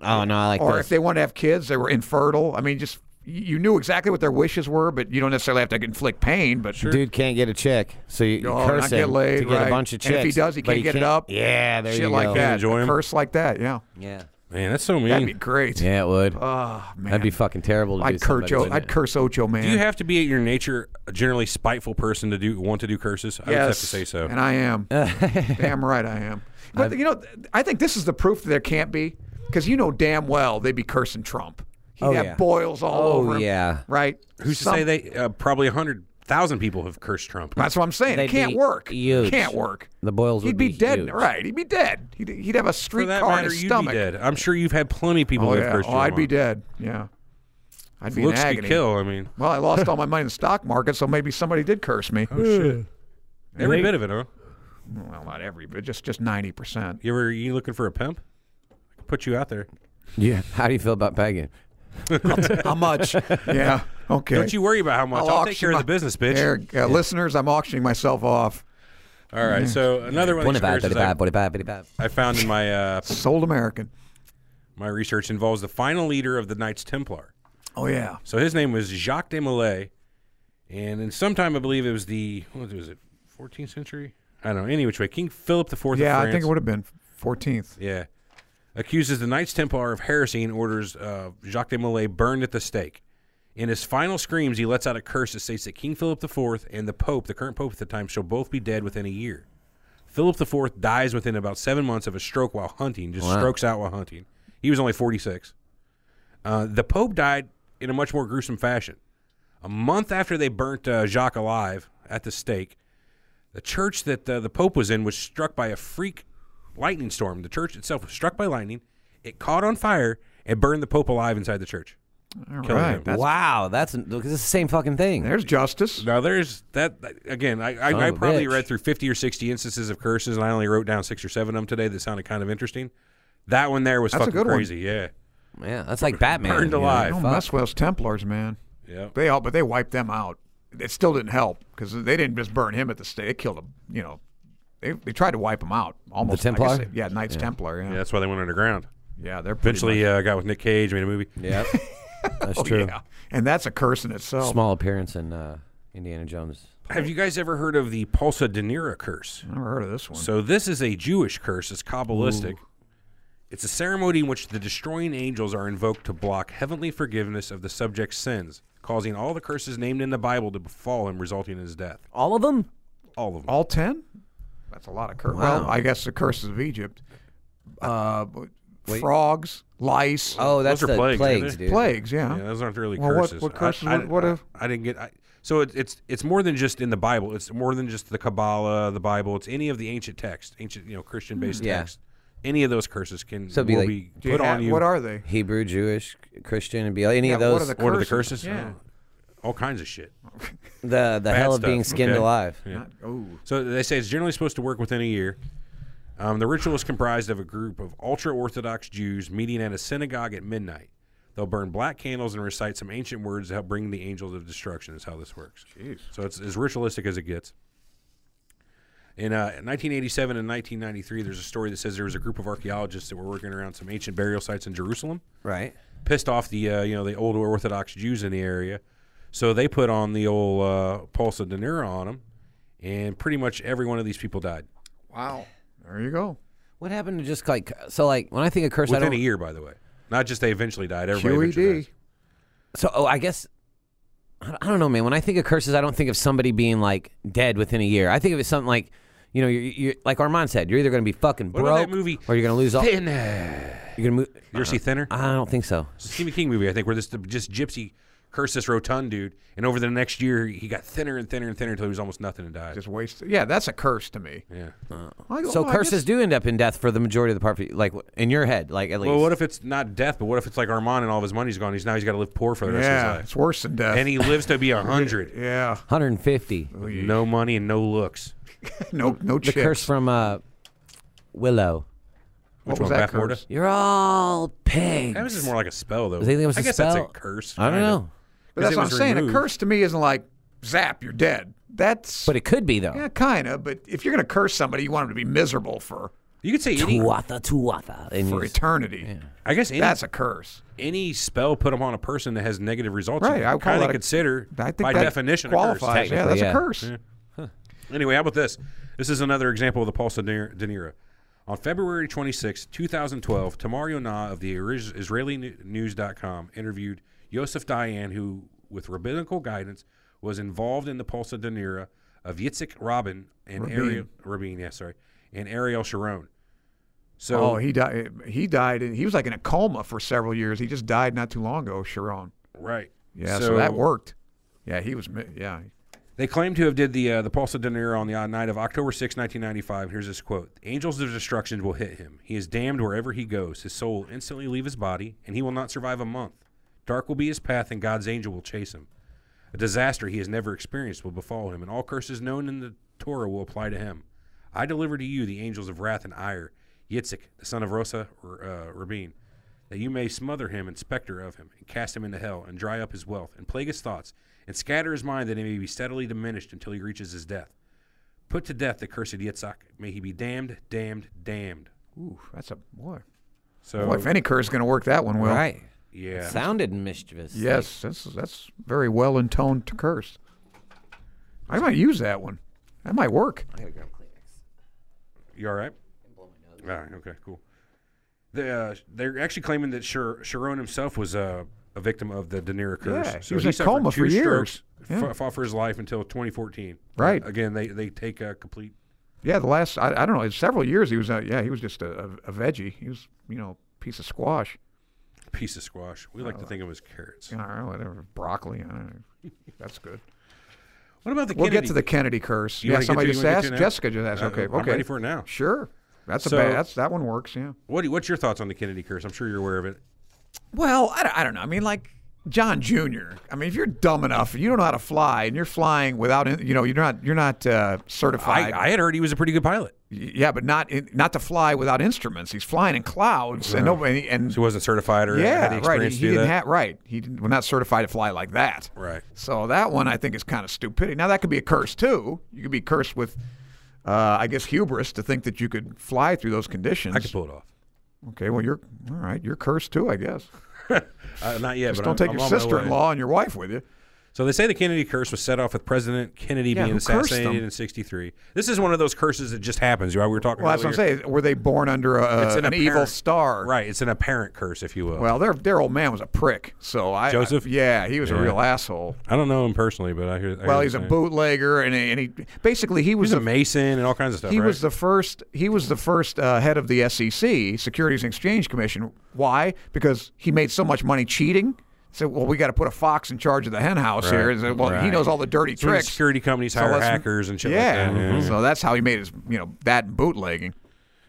oh no, I like
Or
those.
if they wanted to have kids, they were infertile. I mean, just you knew exactly what their wishes were, but you don't necessarily have to inflict pain. But
Dude can't get a chick, so you, you
Oh,
curse
not get
him
laid,
to get
right.
a bunch of
And
chicks.
if he does, he
but
can't get it up.
Yeah, there
shit
you
like
go.
that,
enjoy
a
'em.
curse like that, yeah,
Yeah,
Man, that's so
that'd be
mean.
great.
yeah, it would.
Oh man,
That'd be fucking terrible to do.
I'd curse.
somebody,
O-
wouldn't
I'd
it?
curse Ocho man.
Do you have to be at your nature a generally spiteful person to do want to do curses? I would
Yes,
have to say so.
And I am. damn right I am. But you know, th- I think this is the proof that there can't be, because you know damn well they'd be cursing Trump. He'd
Oh,
have
yeah.
boils all
Oh,
over him.
yeah.
Right.
Who's to say they uh, probably hundred thousand people have cursed Trump?
That's what I'm saying. It
They'd
can't
be
work.
huge.
Can't work.
The boils
He'd
would
be,
be
dead.
huge.
Right. He'd be dead. He'd, he'd have a
For
street
that
car
matter,
in his
you'd
stomach.
be dead. I'm sure you've had plenty of people
Oh,
that
yeah.
have cursed
oh
you
I'd be
on.
dead. Yeah. I'd be
Looks
in
could
agony.
kill. I mean,
Well, I lost all my money in the stock market, so maybe somebody did curse me.
Oh, every bit of it, huh?
Well, not every, but just just ninety percent.
You ever you looking for a pimp? I could put you out there.
Yeah. How do you feel about begging?
How much? yeah. Okay.
Don't you worry about how much.
I'll
I'll,
auction
take care of the
my-
business, bitch.
There, uh, listeners, I'm auctioning myself off.
All
Mm.
right. So another one of these
Twenty-five,
curses I,
thirty-five, forty-five, fifty-five.
I found in my uh,
Sold American.
my research involves the final leader of the Knights Templar.
Oh yeah.
So his name was Jacques de Molay, and in sometime I believe it was the what was it, 14th century? I don't know. Any which way, King Philip the Fourth.
Yeah,
of
I think
France-
it would have been 14th.
Yeah. Accuses the Knights Templar of heresy and orders uh, Jacques de Molay burned at the stake. In his final screams, he lets out a curse that states that King Philip IV and the Pope, the current Pope at the time, shall both be dead within a year. Philip IV dies within about seven months of a stroke while hunting, just strokes out while hunting. He was only 46. Uh, the Pope died in a much more gruesome fashion. A month after they burnt uh, Jacques alive at the stake, The church that uh, the Pope was in was struck by a freak lightning storm. The church itself was struck by lightning. It caught on fire and burned the Pope alive inside the church.
All
Killing
right.
him.
That's,
wow, that's because it's the same fucking thing.
there's justice.
Now there's that again. I,
Son
I, I
of a
probably
bitch.
read through fifty or sixty instances of curses, and I only wrote down six or seven of them today. That sounded kind of interesting. That one there was
That's a
fucking
good one.
crazy. Yeah,
Yeah, that's like Batman.
Burned
you know,
alive.
Don't
fuck.
mess with those Templars, man.
yeah.
They all, but they wiped them out. It still didn't help because they didn't just burn him at the stake. They killed him. You know, they, they tried to wipe him out almost. I guess
Templar?
they- yeah, Knights Templar. Yeah,
Yeah,
yeah,
that's why they went underground.
they're pretty
Eventually,
much-
uh, got with Nick Cage, made a movie.
Yeah, that's
oh,
true.
yeah, and that's a curse in itself.
Small appearance in uh, Indiana Jones.
Have you guys ever heard of the Pulsa Danira curse?
I never heard of this one.
So this is a Jewish curse. It's Kabbalistic. It's a ceremony in which the destroying angels are invoked to block heavenly forgiveness of the subject's sins, causing all the curses named in the Bible to befall him, resulting in his death.
All of them?
All of them.
all ten? That's a lot of curses. Well, I guess the curses of Egypt, uh, frogs, lice,
Oh, that's
are
the
plagues,
plagues,
aren't they?
dude.
plagues. Yeah.
Yeah, those aren't really
Well, what-
curses.
what
I-
curses
I,
would- what
I-
if-
I didn't get. I, so it's it's it's more than just in the Bible. It's more than just the Kabbalah, the Bible. It's any of the ancient texts, ancient you know
Hmm.
Christian based
Yeah.
texts. Any of those curses can
So it'd be
will
like-
be
Do
put
you have-
on you.
What are they?
Hebrew, Jewish, Christian, and be any
Yeah,
of those.
what are the
the
curses?
what are the curses?
Yeah.
Oh, all kinds of shit.
the,
Bad
hell
stuff,
of being skinned
okay.
alive.
Yeah.
Oh,
So they say it's generally supposed to work within a year. Um, the ritual is comprised of a group of ultra Orthodox Jews meeting at a synagogue at midnight. They'll burn black candles and recite some ancient words to help bring the angels of destruction, is how this works. Jeez. So it's as ritualistic as it gets. In uh, 1987 and 1993, there's a story that says there was a group of archaeologists that were working around some ancient burial sites in Jerusalem
Right.
pissed off the uh, you know the old Orthodox Jews in the area, so they put on the old uh, pulse of Danira on them, and pretty much every one of these people died
wow. There you go.
What happened to just like so like when I think of curse, I
within
don't. E
a year. By the way, not just they eventually died. Everybody eventually
QED.
dies. e-
So oh, I guess I don't- I don't know, man. When I think of curses, I don't think of somebody being like dead within a year. I think of it something like. You know, you're, you're like Armand said. You're either going to be fucking
What
broke,
about that movie,
or you're going to lose all. You're
Thinner.
going to move.
You ever see
uh-huh.
Thinner?
I don't think so.
It's a Stephen King movie, I think, where this the- just gypsy cursed this rotund dude, and over the next year he got thinner and thinner and thinner until he was almost nothing and died.
Just wasted. Yeah, that's a curse to me.
yeah.
I-
So
well, I
curses
guess-
do end up in death for the majority of the part, for you, like in your head, like at least.
Well, what if it's not death, but what if it's like Armand and all of his money's gone? He's now he's got to live poor for the rest
Yeah,
of his
it's
life,
worse than death.
and he lives to be a hundred.
yeah,
150?
No money and no looks.
no,
The
no Oh, chicks.
curse from uh, Willow.
What
Which
was
one,
that
Baph Morta?
curse?
You're all pigs.
That was just more like a spell, though.
They think it was
I
a
guess
spell.
that's a curse.
I don't
kinda.
know,
'Cause
But that's
it
what I'm
was
saying. A
removed.
curse to me isn't like zap, you're dead. That's
but it could be though.
yeah, kind of. But if you're gonna curse somebody, you want them to be miserable for
You could say any.
Tuatha, tuatha. And
for
you-
eternity.
I guess any,
That's a curse.
any spell put upon a person that has negative results,
Right,
you
I would call
kinda
that a-
consider
I think
by
that
definition a curse.
qualifies. Yeah, that's
Technically,
a
yeah.
curse.
Anyway, how about this? This is another example of the Pulse of De De Niro. On February 26, 2012, Tamario Na of the Iri- Israeli Nu- News.com interviewed Yosef Dayan, who, with rabbinical guidance, was involved in the Pulse of De Niro of Yitzhak Rabin and Ariel Rabin, yeah, sorry, and Ariel Sharon. So
Oh, he died. He died, and he was like in a coma for several years. He just died not too long ago, Sharon.
right,
Yeah, so, that worked. Yeah, he was. mi- Yeah,
They claim to have did the uh, the Pulse of Dinero on the odd night of October 6, 1995. Here's this quote. Angels of destruction will hit him. He is damned wherever he goes. His soul will instantly leave his body, and he will not survive a month. Dark will be his path, and God's angel will chase him. A disaster he has never experienced will befall him, and all curses known in the Torah will apply to him. I deliver to you the angels of wrath and ire, Yitzhak, the son of Rosa or, uh, Rabin, that you may smother him and specter of him, and cast him into hell, and dry up his wealth, and plague his thoughts, and scatter his mind that he may be steadily diminished until he reaches his death. Put to death the cursed Yitzhak. May he be damned, damned, damned.
ooh, that's a boy.
So,
boy if any curse is going to work, that one will.
right.
yeah.
Sounded mischievous.
Yes, that's that's very well intoned to curse. I might use that one. That might work.
You all right? All right. Okay. Cool. The, uh, they're actually claiming that Shar- Sharon himself was uh, a victim of the De Niro curse.
Yeah, he was in
suffered
coma
two
for
strokes,
years. Yeah.
f- fought for his life until 2014.
Right.
Uh, again, they they take a complete.
Yeah, the last I, I don't know, it's several years he was. Uh, yeah, he was just a, a, a veggie. He was you know piece of squash.
Piece of
Oh.
squash. We like to think of him as carrots.
I don't know, whatever broccoli. I don't know. That's good.
What about the
We'll
Kennedy?
get to the Kennedy curse.
You
yeah,
wanna get
somebody
to- you
just
wanna get to it
asked.
now?
Jessica just asked.
Uh,
Okay,
I'm
okay.
ready for it now.
Sure. That's a
So-
bad. That's that one works. Yeah.
What, what's your thoughts on the Kennedy curse? I'm sure you're aware of it.
Well, I don't, I don't know. I mean, like John Jr. I mean, if you're dumb enough, you don't know how to fly, and you're flying without, in- you know, you're not you're not uh,
I,
certified.
I had heard he was a pretty good pilot.
yeah, but not in, not to fly without instruments. He's flying in clouds, and nobody and
So he wasn't certified or had the
yeah, right. He,
experience
he
to do
didn't
that.
have right. He didn't, well, not certified to fly like that.
Right.
So that one I think is kind of stupidity. Now that could be a curse too. You could be cursed with, uh, I guess, hubris to think that you could fly through those conditions.
I could pull it off.
Okay, well you're all right. You're cursed too, I guess.
Uh, not yet.
Just
but
don't
I'm-
take
I'm
your
on my way.
sister-in-law and your wife with you.
So they say the Kennedy curse was set off with President Kennedy
Yeah,
being
who cursed
assassinated
him?
in '63. This is one of those curses that just happens. Right? We were talking.
Well, that's
earlier.
what I'm saying. Were they born under a,
It's
an,
an
evil
apparent-
star?
Right. It's an apparent curse, if you will.
Well, their their old man was a prick. So I
Joseph?
yeah, he was
Yeah.
a real asshole.
I don't know him personally, but I hear. I hear
Well,
the
he's a
same.
bootlegger, and he, and he basically he was
He's a
the
mason and all kinds of stuff.
he
right?
was the first he was the first uh, head of the SEC, Securities and Exchange Commission. Why? Because he made so much money cheating. So well, we got to put a fox in charge of the hen house here.
Right.
And so, well, he
Right.
knows all the dirty
It's when the
tricks.
security companies
So
hire
let's-
hackers and shit
yeah. Mm-hmm.
like that. yeah.
So that's how he made his you know that and bootlegging.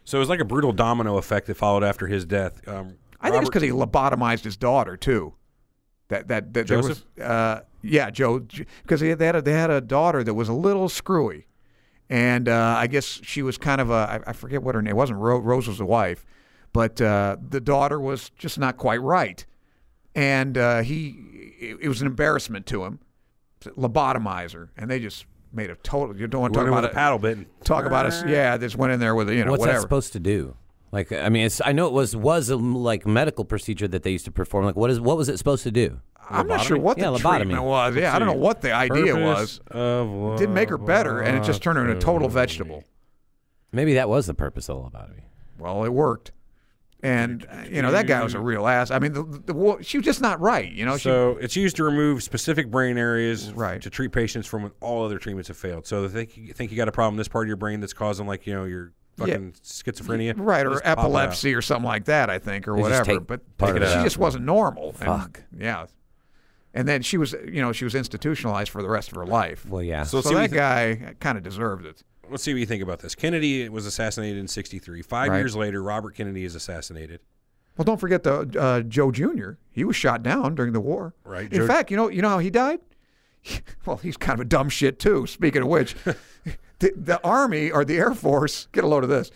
So it was like a brutal domino effect that followed after his death. Um,
I think it's
Robert-
because he lobotomized his daughter too. That that, that
Joseph?
there was uh, yeah Joe because they, they had a, they had a daughter that was a little screwy, and uh, I guess she was kind of a I, I forget what her name it wasn't Ro- Rose was the wife, but uh, the daughter was just not quite right, and uh, he it, it was an embarrassment to him, to lobotomize her, and they just made a total you don't want to
went
talk
in
about
with a
it
paddle bit. and-
talk about us yeah just went in there with a, you know
What's that
whatever
supposed to do? Like, I mean, it's, I know it was was a like medical procedure that they used to perform. Like, what is what was it supposed to do?
I'm not sure
Lobotomy?
what the
Yeah, lobotomy.
treatment was yeah I don't know what the idea
Purpose
was.
of love.
didn't make her better, and it just turned her into a total vegetable.
Maybe that was the purpose of lobotomy.
Well, it worked, and uh, you know that guy was a real ass. I mean, the, the, wo- she was just not right. You know, she,
So it's used to remove specific brain areas
Right.
to treat patients from when all other treatments have failed. So they think you, think you got a problem in this part of your brain that's causing like you know your
Yeah.
fucking schizophrenia,
right, or
Just pop it out.
epilepsy or something like that, I think, or
They just
whatever.
take
but
part
of it
she
out.
just wasn't normal. and-
Fuck.
yeah, and then she was, you know, she was institutionalized for the rest of her life.
Well, yeah.
So,
so
see what you
that
thi-
guy kind of deserved it.
let's see what you think about this. Kennedy was assassinated in '63. Five
Right.
years later, Robert Kennedy is assassinated.
Well, don't forget the uh, Joe Jr. He was shot down during the war.
Right,
In
Joe-
fact, you know, you know how he died. well, he's kind of a dumb shit too. Speaking of which, the, the army or the air force get a load of this.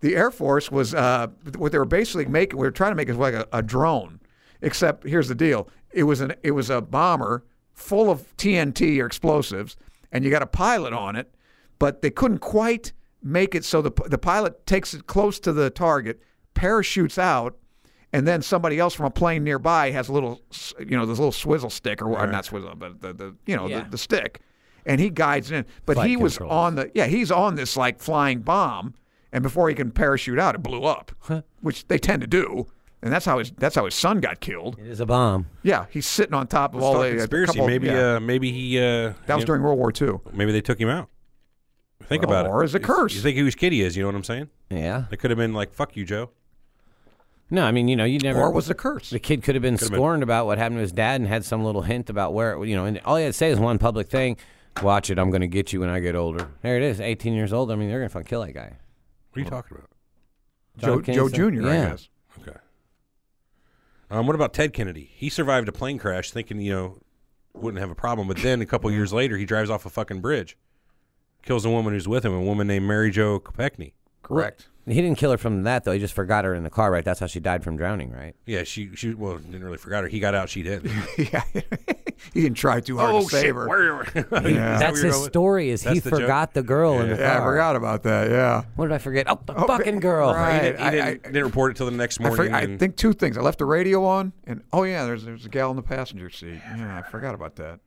The air force was uh, what they were basically making. We were trying to make it like a, a drone, except here's the deal: it was an it was a bomber full of TNT or explosives, and you got a pilot on it, but they couldn't quite make it so the the pilot takes it close to the target, parachutes out, and then somebody else from a plane nearby has a little, s- you know, this little swizzle stick or what? Not swizzle, but the, the you know the, the stick, and he guides it in. But
Flight
he was
controls.
on the yeah he's on this like flying bomb, and before he can parachute out, it blew up, which they tend to do, and that's how his that's how his son got killed.
it is a bomb.
Yeah, he's sitting on top of all
Talk
the a
conspiracy.
couple-
maybe
yeah.
uh, maybe he uh,
that was
you know,
during World War II.
maybe they took him out. Think
Well,
about it.
or is a
You th-
curse.
You think whose kid he is? You know what I'm saying?
Yeah.
They could have been like, "Fuck you, Joe."
No, I mean, you know, you never.
Or was it a curse?
The kid could have been scorned about what happened to his dad and had some little hint about where it, you know, and all he had to say is one public thing. Watch it. I'm going to get you when I get older. There it is. 18 years old. I mean, they're going to fucking kill that guy.
What are you talking about?
Joe,
John
Joe
Kingston.
Jr. I
Yeah.
guess.
Okay. Um, what about Ted Kennedy? He survived a plane crash, thinking you know wouldn't have a problem, but then a couple
Mm-hmm.
years later, he drives off a fucking bridge, kills a woman who's with him, a woman named Mary Jo Kopechne.
Correct.
He didn't kill her from that though. He just forgot her in the car, right? That's how she died from drowning, right?
Yeah, she she well didn't really forgot her. He got out. She did.
yeah, he didn't try too
Oh,
hard to save her.
yeah.
That's his story. Is he
That's the joke?
forgot the girl in the
Yeah, I
car?
forgot about that. Yeah.
What did I forget? Oh, the
Oh,
fucking girl.
right.
He, didn't, he
I-
didn't,
I-
didn't report it till the next
I, for-
morning.
I
and-
think two things. I left the radio on, and oh yeah, there's there's a gal in the passenger seat. Yeah, I forgot about that.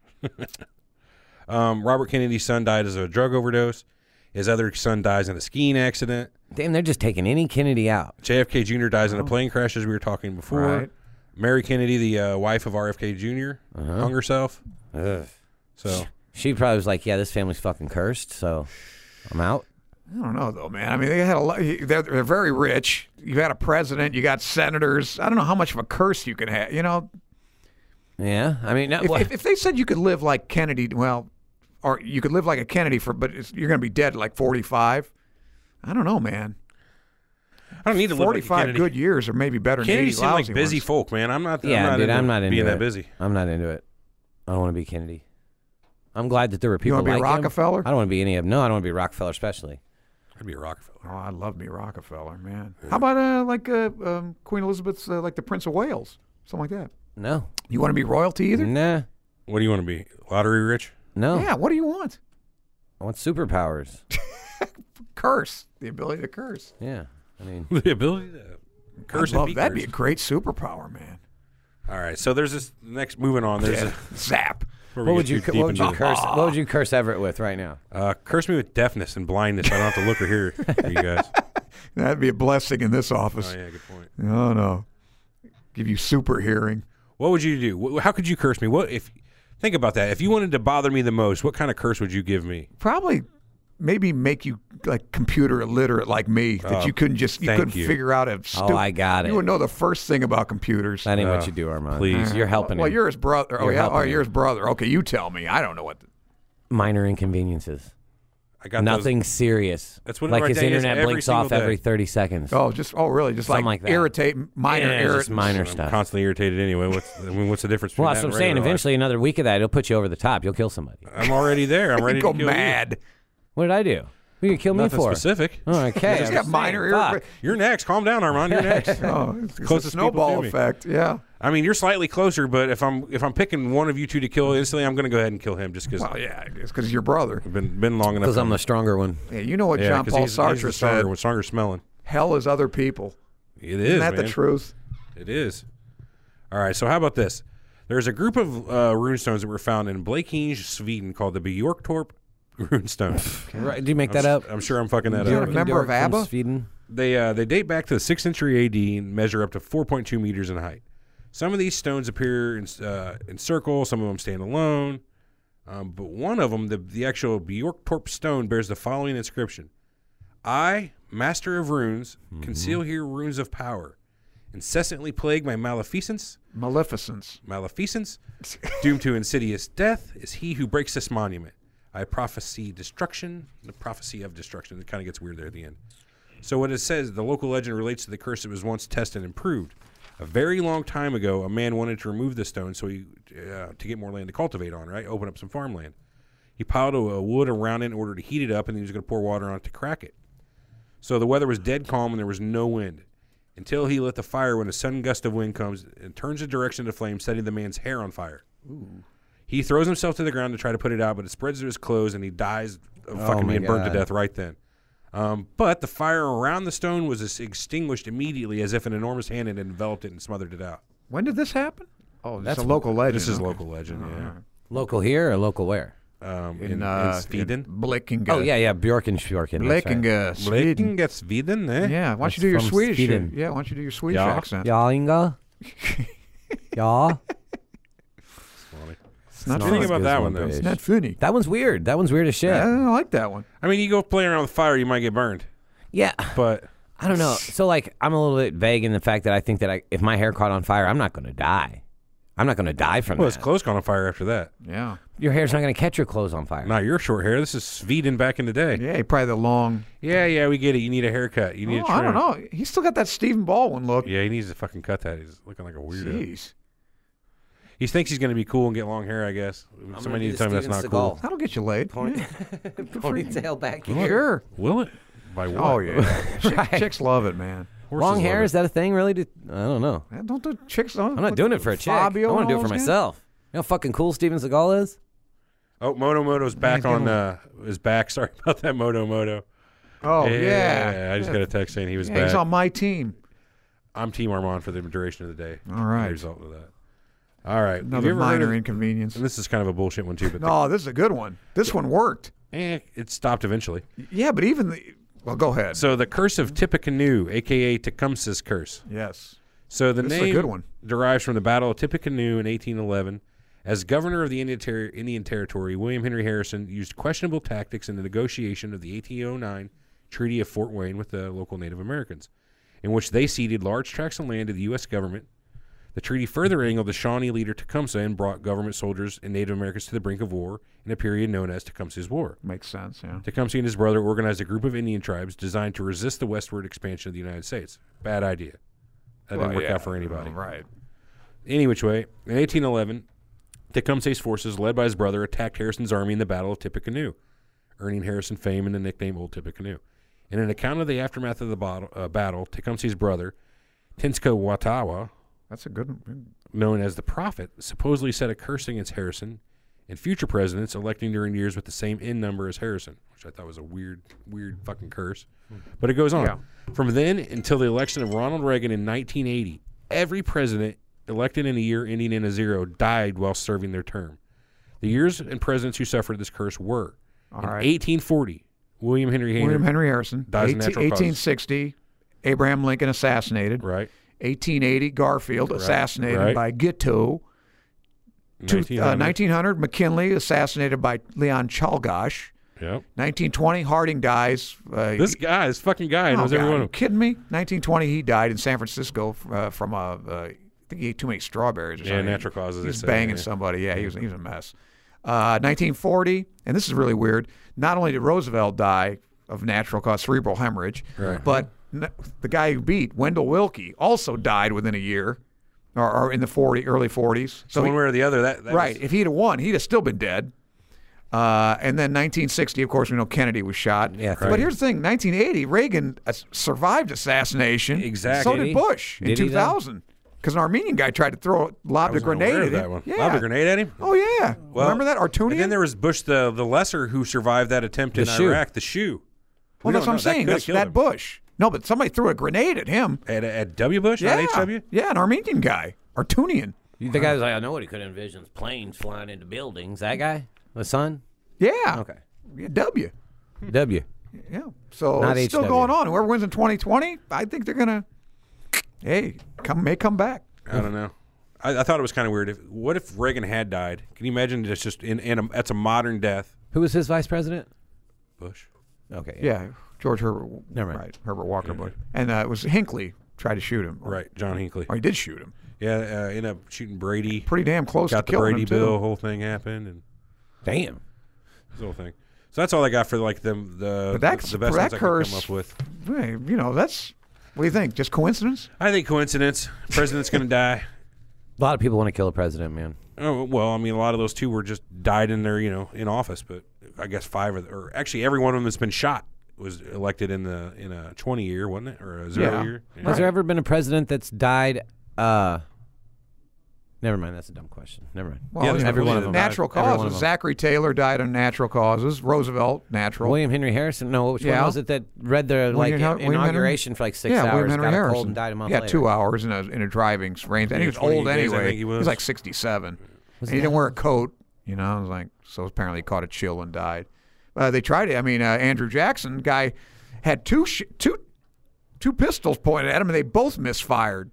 Um, Robert Kennedy's son died as a drug overdose. His other son dies in a skiing accident.
Damn, they're just taking any Kennedy out.
JFK Jr. dies in a plane crash, as we were talking before.
Oh. Right.
Mary Kennedy, the uh, wife of RFK Jr.,
Uh-huh.
hung herself.
Ugh.
So
She probably was like, "Yeah, this family's fucking cursed, so I'm out."
I don't know though, man. I mean, they had a lot. They're, they're very rich. You had a president. You got senators. I don't know how much of a curse you can have. You know,
Yeah, I mean, no,
if,
well,
if, if they said you could live like Kennedy, well, or you could live like a Kennedy for, but it's, you're going to be dead at like 45. I don't know, man.
I don't need to live like a
45
Kennedy.
good years or maybe better than
Kennedy
80
seemed like
lousy
busy
ones.
folk, man. I'm not.
Yeah,
I'm not
dude,
into
I'm not into
being
it.
that busy.
I'm not into it. I don't want to be Kennedy. I'm glad that there were
You
people
want to
like
be
him.
Rockefeller?
I don't want to be any of them. No, I don't want to be Rockefeller, especially.
I'd be a Rockefeller.
Oh, I'd love to be Rockefeller, man. How about uh, like uh, um, Queen Elizabeth's, uh, like the Prince of Wales, something like that.
No,
You want to be royalty either?
nah,
What do you want to be? Lottery rich?
no.
Yeah. What do you want?
I want superpowers.
Curse the ability to curse.
yeah, I mean,
the ability to curse
I'd
and
love
be
that'd be a
cursed.
great superpower, man.
All right. So there's this next. Moving on. There's
Yeah. Zap.
a, where we
what would
get
you
too
cu-
deep
what would you
into it.
curse? What would you
Ah.
curse Everett with right now?
Uh, curse me with deafness and blindness. I don't have to look or hear for you guys.
That'd be a blessing in this office.
Oh yeah, good point.
No, no. Give you super hearing.
What would you do? Wh- How could you curse me? What if? Think about that. If you wanted to bother me the most, what kind of curse would you give me?
Probably maybe make you like computer illiterate like me that
Oh,
you couldn't just you
thank
couldn't
you. Oh,
figure out a stupid
I got it.
You would know the first thing about computers.
That ain't
Uh,
what you do, Armand.
please.
you're helping.
Well,
him.
you're his brother. Oh
You're
yeah, oh,
helping him.
you're his brother. Okay, you tell me. I don't know what. The,
minor inconveniences.
I got those-
Nothing serious.
That's what it
like
right
his
there is
internet
every
blinks
single
off every
day.
30 seconds.
oh, just oh really? Just
Something
like,
like that.
irritate minor
Yeah,
irrit-
just minor
I'm
stuff.
constantly irritated anyway. What's I mean, what's the difference? Between
Well, that's
that
what I'm
and
saying.
regular life?
Eventually, another week of that, it'll put you over the top. You'll kill somebody.
I'm already there. I'm ready
go
to kill
mad.
What did I do? What are you kill
You.
me
Nothing
for?
specific.
Oh, okay.
Just
I'm
got
saying,
minor
fuck.
irrit-
You're next. Calm down, Armand. You're next.
Oh, it's, it's a
Closest people
snowball
to me.
effect. Yeah.
I mean, you're slightly closer, but if I'm if I'm picking one of you two to kill instantly, I'm going to go ahead and kill him just because
Well, yeah, it's because your brother.
I've been been long enough.
Because I'm the stronger one.
Yeah, you know what
yeah,
John
'cause
Paul
he's,
Sartre
he's the
said.
stronger, one, stronger smelling.
Hell is other people.
It
Isn't
is,
that
man.
the truth?
It is. All right. So how about this? There's a group of uh, runestones that were found in Blakinge, Sweden, called the Bjorktorp runestone.
Right, do you make
I'm
that
s-
up?
I'm sure I'm fucking that
Do you
up.
have a member of ABBA?
Sweden.
They uh, they date back to the 6th century AD and measure up to 4.2 meters in height. Some of these stones appear in uh, in circle, some of them stand alone. Um, but one of them, the, the actual Bjorktorp stone, bears the following inscription I, master of runes,
Mhm.
conceal here runes of power, incessantly plague my maleficence.
Maleficence.
Maleficence, doomed to insidious death, is he who breaks this monument. I prophesy destruction, the prophecy of destruction. It kind of gets weird there at the end. So, what it says, the local legend relates to the curse that was once tested and proved. A very long time ago, a man wanted to remove the stone so he uh, to get more land to cultivate on, right? Open up some farmland. He piled a, a wood around it in order to heat it up, and then he was going to pour water on it to crack it. So the weather was dead calm and there was no wind until he lit the fire when a sudden gust of wind comes and turns the direction of the flame, setting the man's hair on fire. He throws himself to the ground to try to put it out, but it spreads to his clothes and he dies of
Oh
fucking
my
being burned to
God.
death right then. Um, but the fire around the stone was ex- extinguished immediately as if an enormous hand had enveloped it and smothered it out.
When did this happen? Oh, that's
That's-
a local legend.
This is
okay.
local legend, yeah.
Local here or local where?
Um, in,
in,
in,
uh,
Sweden.
in Blekinge.
Oh, yeah, yeah. Bjork and Bjorken.
Blekinge, Sweden.
Blekinge, Sweden, eh?
Yeah, why don't
That's
you do your
from
Swedish?
Sweden.
Yeah, why don't you do your Swedish
Ja.
accent?
Yeah, Inga. Yeah.
It's not
It's
What do you
funny.
think about that one, though?
It's
British.
not funny.
That one's weird. That one's weird as shit.
I don't like that one.
I mean, you go play around with fire, you might get burned.
yeah.
But
I don't know. So like I'm a little bit vague in the fact that I think that I, if my hair caught on fire, I'm not going to die. I'm not going to die from
well, his
that.
clothes caught on fire after that.
Yeah.
your hair's not going to catch your clothes on fire.
Not your short hair. This is Sweden back in the day.
Yeah, probably the long.
Yeah, yeah, we get it. You need a haircut. You need a
Oh,
trim.
I don't know. He's still got that Stephen Baldwin look.
Yeah, he needs to fucking cut that. He's looking like a weirdo.
Jeez.
He thinks he's gonna be cool and get long hair. I guess somebody needs to tell him that's not cool.
That'll get you laid. Yeah.
Ponytail back
Sure.
Will it? By what?
Oh, yeah. Chick- Chicks love it, man.
Horses
Long
love
hair
it.
is that a thing? Really? Did- I don't know.
Man, Don't do chicks. Don't
I'm not doing it for a chick.
Fabio
I want
and
to do
all
it for
those guys?
myself. You know how fucking cool Steven Seagal is.
Oh, Moto Moto's back
he's
on
gonna-
uh, his back. Sorry about that, Moto Moto.
Oh, yeah.
I just got a text saying he was
Yeah,
back.
he's on my team.
I'm Team Armand for the duration of the day.
All right.
The result of that. All right. Have you
Another
ever heard
minor
of-
inconvenience.
and this is kind of a bullshit one too, but the-
No, this is a good one. This one worked.
eh, it stopped eventually.
Yeah, but even the. Well, go ahead.
So the curse of Tippecanoe, aka Tecumseh's curse.
yes.
So the
This is a
name
good one.
derives from the Battle of Tippecanoe in 1811. As governor of the Indian, Ter- Indian Territory, William Henry Harrison used questionable tactics in the negotiation of the 1809 Treaty of Fort Wayne with the local Native Americans, in which they ceded large tracts of land to the U.S. government. The treaty further angered the Shawnee leader Tecumseh and brought government soldiers and Native Americans to the brink of war in a period known as Tecumseh's War.
Makes sense, yeah.
Tecumseh and his brother organized a group of Indian tribes designed to resist the westward expansion of the United States. Bad idea. That didn't
Well,
work
yeah.
out for anybody.
Right.
Any which way, in 1811, Tecumseh's forces, led by his brother, attacked Harrison's army in the Battle of Tippecanoe, earning Harrison fame and the nickname Old Tippecanoe. In an account of the aftermath of the bottle, uh, battle, Tecumseh's brother, Tinsko Watawa,
That's a good one.
known as the Prophet, supposedly set a curse against Harrison and future presidents electing during years with the same in number as Harrison, which I thought was a weird, weird fucking curse. But it goes on.
Yeah.
From then until the election of Ronald Reagan in 1980, every president elected in a year ending in a zero died while serving their term. The years and presidents who suffered this curse were
All
in
right.
1840, William Henry Hayner,
William Henry Harrison.
Dies of
18-
natural causes.
1860, Abraham Lincoln assassinated.
right?
1880, Garfield assassinated
Right.
by Gitto. Two- uh,
1900.
1900, McKinley assassinated by Leon Chalgosh.
Yep.
1920, Harding dies. Uh,
This guy, this fucking guy,
oh,
knows
God,
every one
you
of them.
kidding me? 1920, he died in San Francisco uh, from a. Uh, I think he ate too many strawberries or
Yeah,
something.
natural causes,
He
they
was
say,
banging
yeah.
somebody. Yeah, he was, he was a mess. Uh, 1940, and this is really weird. Not only did Roosevelt die of natural cause cerebral hemorrhage,
Right.
but n- the guy who beat Wendell Wilkie also died within a year, or, or in the 40 early 40s.
So
he-
one way or the other, that, that
right.
was-
If he'd have won, he'd have still been dead. Uh, and then 1960, of course, we know Kennedy was shot.
Yeah,
But
three.
here's the thing: 1980, Reagan uh, survived assassination.
Exactly.
So
Did
did
he?
Bush in
Did he, though?
2000 because an Armenian guy tried to throw
I
lobbed a
was
grenade
unaware
at
of
him.
that one.
Yeah.
Lobbed a grenade at him.
Oh yeah. Remember that
And
Artunian?
then there was Bush, the the lesser, who survived that attempt in
The shoe.
Iraq. The shoe.
well,
We
that's
don't know.
what I'm
That
saying.
coulda
That's
killed
that
him.
Bush. No, but somebody threw a grenade at him.
at, at W. Bush,
Yeah.
not HW.
Yeah, an Armenian guy, Artunian.
The guy's like, I know what he could envision is planes flying into buildings. That guy, the son,
Yeah.
Okay.
Yeah, w.
W.
Yeah. So
Not
it's still
HW.
going on. Whoever wins in 2020, I think they're gonna. Hey, come may come back.
I don't know. I, I thought it was kind of weird. If, what if Reagan had died? Can you imagine? It's just in, in a, that's a modern death.
Who was his vice president?
Bush.
Okay.
Yeah, George Herbert.
Never mind.
Right, Herbert Walker, but and uh, it was Hinckley tried to shoot him.
Right, John Hinckley.
Or he did shoot him.
Yeah, uh, ended up shooting Brady.
Pretty damn close
Got the
to killing
Brady
him
bill.
too.
Whole thing happened, and
Damn.
this whole thing. So that's all I got for like the the
But that-
the, the best
that
ones I could
curse-
come up with.
Hey, you know that's. What do you think? Just coincidence?
I think coincidence. President's gonna die.
A lot of people want to kill a president, man.
Oh well, I mean, a lot of those two were just died in their, you know, in office. But I guess five of, the, or actually, every one of them that's been shot was elected in the in a twenty year, wasn't it, or a zero
Yeah.
year? Yeah.
Has there ever been a president that's died? Uh, never mind. That's a dumb question. Never mind.
Well,
Yeah,
you know,
every one of them.
Natural
Every one of
causes.
them.
Zachary Taylor died on natural causes. Roosevelt, natural.
William Henry Harrison. No, which
Yeah.
one was it that read the like
William Hen- William Henry-
inauguration for like six
yeah,
hours?
William Henry
got a
Harrison.
cold and died a month
yeah,
later.
two hours in a in a driving range, and he
Yeah,
was
20
old
days, I
anyway.
think he was.
like sixty seven. And he
that-
didn't wear a coat, you know. I was like, so apparently he caught a chill and died. Uh, they tried it. I mean, uh, Andrew Jackson guy had two sh- two two pistols pointed at him, and they both misfired,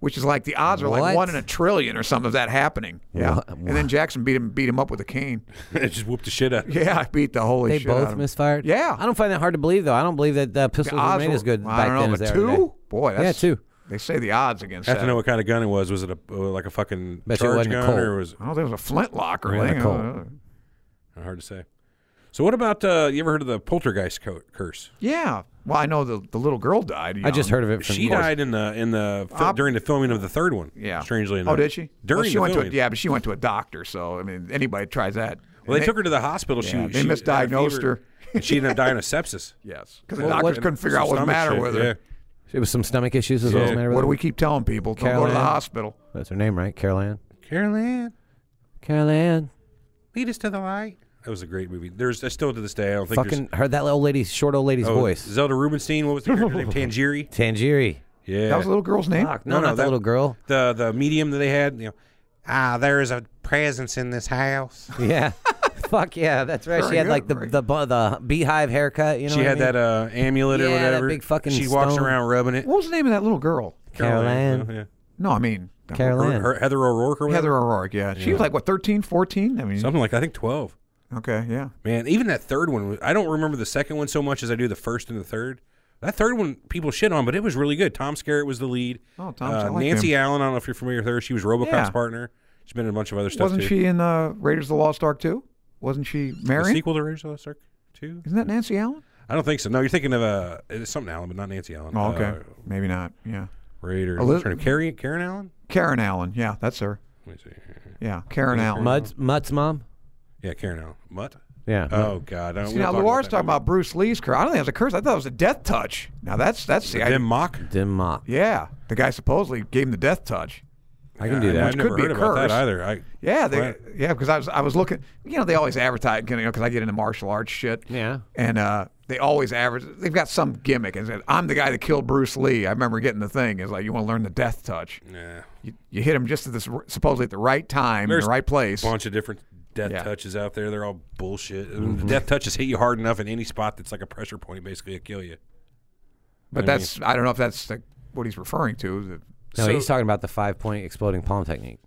which is like the odds are like
What?
one in a trillion or something of that happening. Yeah,
Wha-
and then Jackson beat him beat him up with a cane.
it just whooped the shit out.
Yeah, beat the holy
They
shit out
both
of him.
misfired.
Yeah.
I don't find that hard to believe though. I don't believe that uh, pistols were
odds
made
were-
as good
I
back
don't
then
know,
as
but
they are
two?
today.
Boy, that's-
yeah, two.
They say the odds against
I have to
that.
know what kind of gun it was. Was it a uh, like a fucking
Bet you it
charge
wasn't a
gun,
Colt.
or was it
I don't think it was Oh, a flintlock or
Yeah,
anything.
Colt.
Uh,
hard to say? So what about uh, you ever heard of the poltergeist co- curse?
Yeah. Well, I know the the little girl died.
I just
young.
heard of it from.
She died in the in the fil-
Op-
during the filming of the third one.
Yeah.
strangely enough.
Oh, did she?
During
well, she
the
went
filming.
to a, yeah, but she went to a doctor. So I mean, anybody tries that.
Well, they, took her to the hospital.
Yeah,
she
they
she had a
misdiagnosed
fever,
her.
and she ended up dying of sepsis.
Yes, because the
Well,
doctors
what-
couldn't figure out what the
Stomach
matter
shit,
with
yeah.
her.
It was some stomach issues. Is what was
Yeah.
the matter with
What do
her?
we keep telling people? Don't go to the
Caroline.
hospital.
That's her name, right? Carol Ann.
Carol Ann.
Carol Ann.
Lead us to the light. That was a great movie. There's I still to this day I don't think
Fucking heard that old lady's short old lady's
there's, oh,
voice.
Zelda Rubinstein. What was the character name? Tangieri.
Tangieri.
Yeah.
That was a little girl's name.
Fuck, no,
No, no,
not
that-
that little girl.
the the medium that they had. You know, ah, there is a presence in this house.
Yeah. Fuck yeah, that's right.
Very
she had
good,
like the,
right.
the bu- the beehive haircut. You know,
she
what
had
I mean?
that uh, amulet or
Yeah, that
whatever.
big fucking
She walks
stone.
around rubbing it.
What was the name of that little girl?
Carol Ann.
Yeah.
No, I mean
Carol
Her,
Ann.
her- Heather O'Rourke or whatever.
Heather O'Rourke. Yeah, she was like what 13, 14? I mean,
Something like I think twelve.
okay, yeah.
Man, even that third one. was- I don't remember the second one so much as I do the first and the third. That third one people shit on, but it was really good. Tom Skerritt was the lead.
Oh, Tom's-
Uh,
I like
Nancy Allen. I don't know if you're familiar with her. She was RoboCop's
Yeah.
partner. She's been in a bunch of other stuff
Wasn't
too.
she in uh, Raiders of the Lost Ark too? Wasn't she
the
Marion?
sequel to Raiders of the Lost Ark two?
Isn't that Nancy Allen?
I don't think so. No, you're thinking of uh, it's something Allen, but not Nancy Allen.
Oh, okay.
Uh,
Maybe not. Yeah.
Raiders.
Eliz-
What's her name? Carrie- Karen Allen.
Karen Allen. Yeah, that's her.
Let me see. here.
Yeah, Karen Allen.
Mutt's, Mutt's mom?
Yeah, Karen Allen. What?
Yeah.
Oh God. I don't,
See, now, Laura's talking about Bruce Lee's curse. I don't think that was a curse. I thought it was a death touch. Now, that's, that's the,
Jim Mock.
Dim Mott.
yeah, the guy supposedly gave him the death touch.
I can do
I've
that.
Could
never
be
heard
a
about that
curse.
either. I,
Yeah, they,
Right.
yeah, because I was I was looking. You know, they always advertise. You know, because I get into martial arts shit.
Yeah.
and uh, they always average. They've got some gimmick. And said, "I'm the guy that killed Bruce Lee." I remember getting the thing. It's like you want to learn the death touch.
yeah.
You, you hit him just at this r- supposedly at the right time, in
There's
the right place.
bunch of different death
Yeah.
touches out there. They're all bullshit. I mean, the Death touches hit you hard enough in any spot that's like a pressure point, basically, it kill you.
But that's I don't know if that's like what he's referring to. The-
No,
So-
he's talking about the five point exploding palm technique.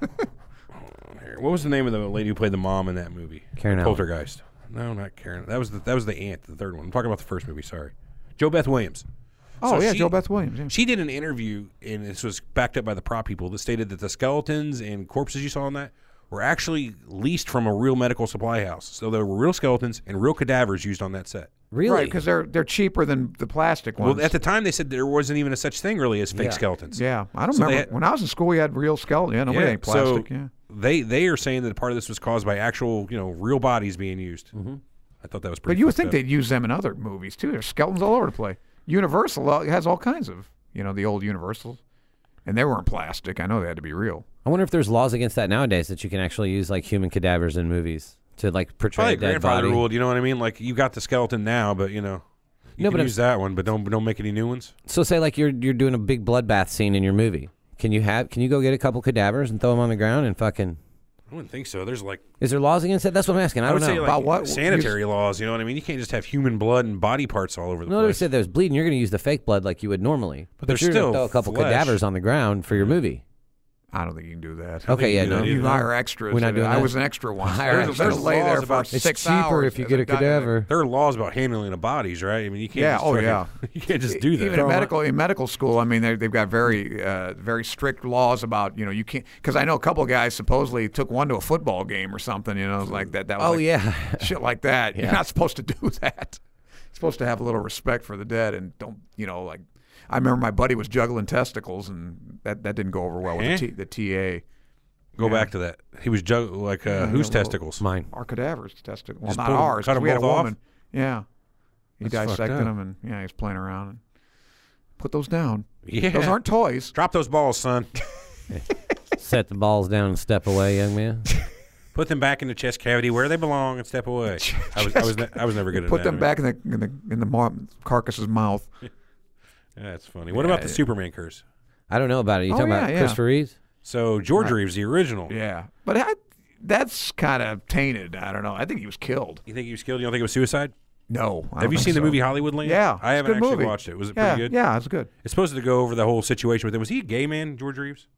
What was the name of the lady who played the mom in that movie?
Karen Allen.
Poltergeist. No, not Karen. That was the that was the aunt, the third one. I'm talking about the first movie. Sorry, Joe Beth Williams.
Oh
So
yeah,
she-
Joe Beth Williams. yeah.
She did an interview, and this was backed up by the prop people that stated that the skeletons and corpses you saw in that were actually leased from a real medical supply house. So there were real skeletons and real cadavers used on that set.
Really?
Right, because they're they're cheaper than the plastic ones.
Well, at the time, they said there wasn't even a such thing really as fake skeletons.
yeah, I don't
So they
remember
had-
when I was in school. We had real skeleton. Yeah, nobody had plastic.
so
yeah,
they they are saying that part of this was caused by actual, you know, real bodies being used. Mm-hmm. I thought that was pretty.
but you would
fucked
think
up.
they'd use them in other movies too. There's skeletons all over the place. Universal uh, has all kinds of you know the old Universals, and they weren't plastic. I know they had to be real.
I wonder if there's laws against that nowadays that you can actually use like human cadavers in movies to like portray
probably
a dead
grandfather
body.
ruled. You know what I mean? Like you got the skeleton now, but you know, you
No,
can
but I'm-
use that one, but don't don't make any new ones.
So say like you're you're doing a big bloodbath scene in your movie. Can you have can you go get a couple cadavers and throw them on the ground and fucking
I wouldn't think so. There's like
Is there laws against that? That's what I'm asking. I,
I
don't
would
know.
say
About
like
what-
sanitary laws. You know what I mean? You can't just have human blood and body parts all over the
no, they
place.
said there's bleeding. You're going to use the fake blood like you would normally,
But there's
you're gonna
still
throw a couple
flesh. Mm-hmm.
cadavers on the ground for your movie.
I don't think you can do that.
Okay, yeah,
you
no,
can do
You hire extras.
We're not
and
doing
I
that.
was an extra one.
Hire
There's,
extras.
there's lay
Laws
there for
about-
it's
six
cheaper
hours
if you
as
get a
document.
cadaver.
there are laws about handling the bodies, right? I mean, you can't.
Yeah,
Just
oh,
fucking-
yeah. E-,
You can't just do that.
Even in medical, in medical school, I mean, they- they've got very, uh, very strict laws about you know you can't because I know a couple guys supposedly took one to a football game or something, you know, like that. That was
Oh
like-
yeah,
shit like that. You're not supposed to do that. You're supposed to have a little respect for the dead and don't, you know, like I remember my buddy was juggling testicles and that, that didn't go over well with
Eh?
the, T, the TA.
Go back to that. He was jugg- like uh, whose testicles?
mine.
Our cadavers testicles. Well,
Just
not
pulled 'em-
ours.
cut
'cause
'em
we had a
both off?
woman. Yeah. He
That's fucked
dissected
up.
them and yeah, he was playing around and put those down.
Yeah.
Those aren't toys.
Drop those balls, son.
Set the balls down and step away, young man.
Put them back in the chest cavity where they belong and step away. I was, I was, ne- I was never good at
Put them
anatomy.
back in the in the in the mar- carcass's mouth.
That's funny. What about the Superman curse?
I don't know about it. You
Oh,
talking
yeah,
about
yeah.
Christopher Reeves?
So George Reeves, the original.
Yeah. But I, that's kind of tainted. I don't know. I think he was killed.
You think he was killed? You don't think it was suicide?
No. I
Have
don't
you
think
seen the
so.
movie Hollywoodland?
Yeah, it's
I
a
haven't
good
actually
movie.
watched it. Was it
yeah,
pretty good?
Yeah, it's good.
It's supposed to go over the whole situation with him. Was he a gay man, George Reeves?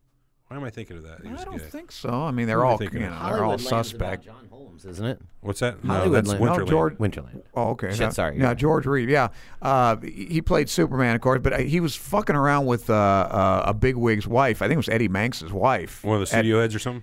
Why am I thinking of that? He was
I don't
gay.
think so. I mean, they're all you
thinking
know,
of?
they're all suspect.
John Holmes, isn't it?
What's that? No,
Hollywoodland.
that's
No,
Winterland.
George-
Winterland.
Oh, okay.
Shit,
No,
sorry.
No, George Reeve. Yeah, uh, he he played Superman, of course, but uh, he was fucking around with uh, uh, a bigwig's wife. I think it was Eddie Manx's wife.
One of the studio heads or something?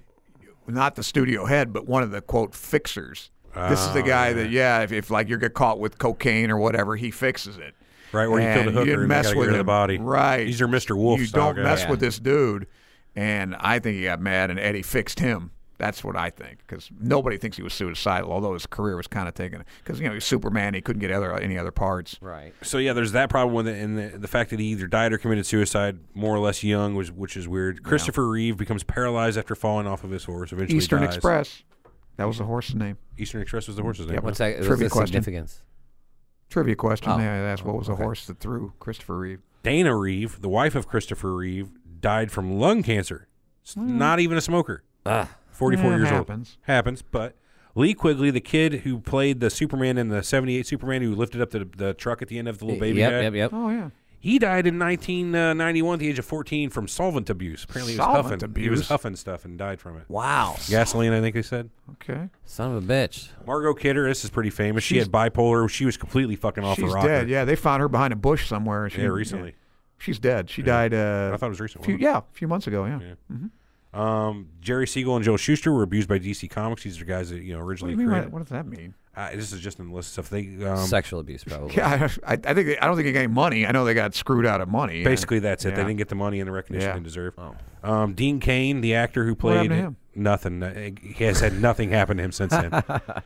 not the studio head, but one of the quote fixers. This is the guy that, Oh, yeah, if, if like you get caught with cocaine or whatever, he fixes it.
Right, where you killed
And
a hooker
didn't
and they
mess
gotta get
with
rid of the
him.
body.
Right,
He's your Mr. Wolf
You
style
don't
guy.
mess
Yeah.
with this dude, and I think he got mad, and Eddie fixed him. That's what I think, because nobody thinks he was suicidal, although his career was kind of taken. Because you know, he was Superman, he couldn't get other any other parts.
Right.
So yeah, there's that problem with it, and the, the fact that he either died or committed suicide more or less young, was, which is weird. Christopher Reeve becomes paralyzed after falling off of his horse. Eventually,
Eastern
dies.
Express, that was the horse's name.
Eastern Express was the horse's name.
What's that? What's
Trivia
the
question.
significance?
Trivia question.
Oh.
Yeah, that's what was the horse that threw Christopher Reeve.
Dana Reeve, the wife of Christopher Reeve, died from lung cancer. S- Not even a smoker.
Ah.
44
Hmm. Yeah, it
years
happens.
old. Happens. But Lee Quigley, the kid who played the Superman in the 78 Superman who lifted up the, the truck at the end of the little baby
yep,
guy,
yep, yep.
Oh yeah,
He died in 1991 at the age of 14 from solvent abuse. Apparently, he was
Solvent
huffing. He was
abuse?
huffing stuff and died from it.
Wow.
Gasoline, I think they said.
Okay.
Son of a bitch.
Margot Kidder, this is pretty famous. she had bipolar. She was completely fucking off
She's
the rocker.
dead. Yeah, they found her behind a bush somewhere. and She,
Yeah, recently.
She's dead. She died. Uh,
I thought it was recent.
few,
wasn't it?
yeah, a few months ago. Yeah.
Um, Jerry Siegel and Joe Shuster were abused by DC Comics. These are guys that you know
What, do
originally
you mean,
created.
what, what does that mean?
Uh, this is just in the list of stuff. They um,
Sexual abuse, probably.
Yeah, I, I think they, I don't think they got any money. I know they got screwed out of money. yeah.
basically that's it. They
Yeah.
didn't get the money and the recognition
Yeah. Oh.
they deserve. Um, Dean Kane, the actor who
What happened
played
to him?
nothing, Uh, he has had nothing happen to him since then.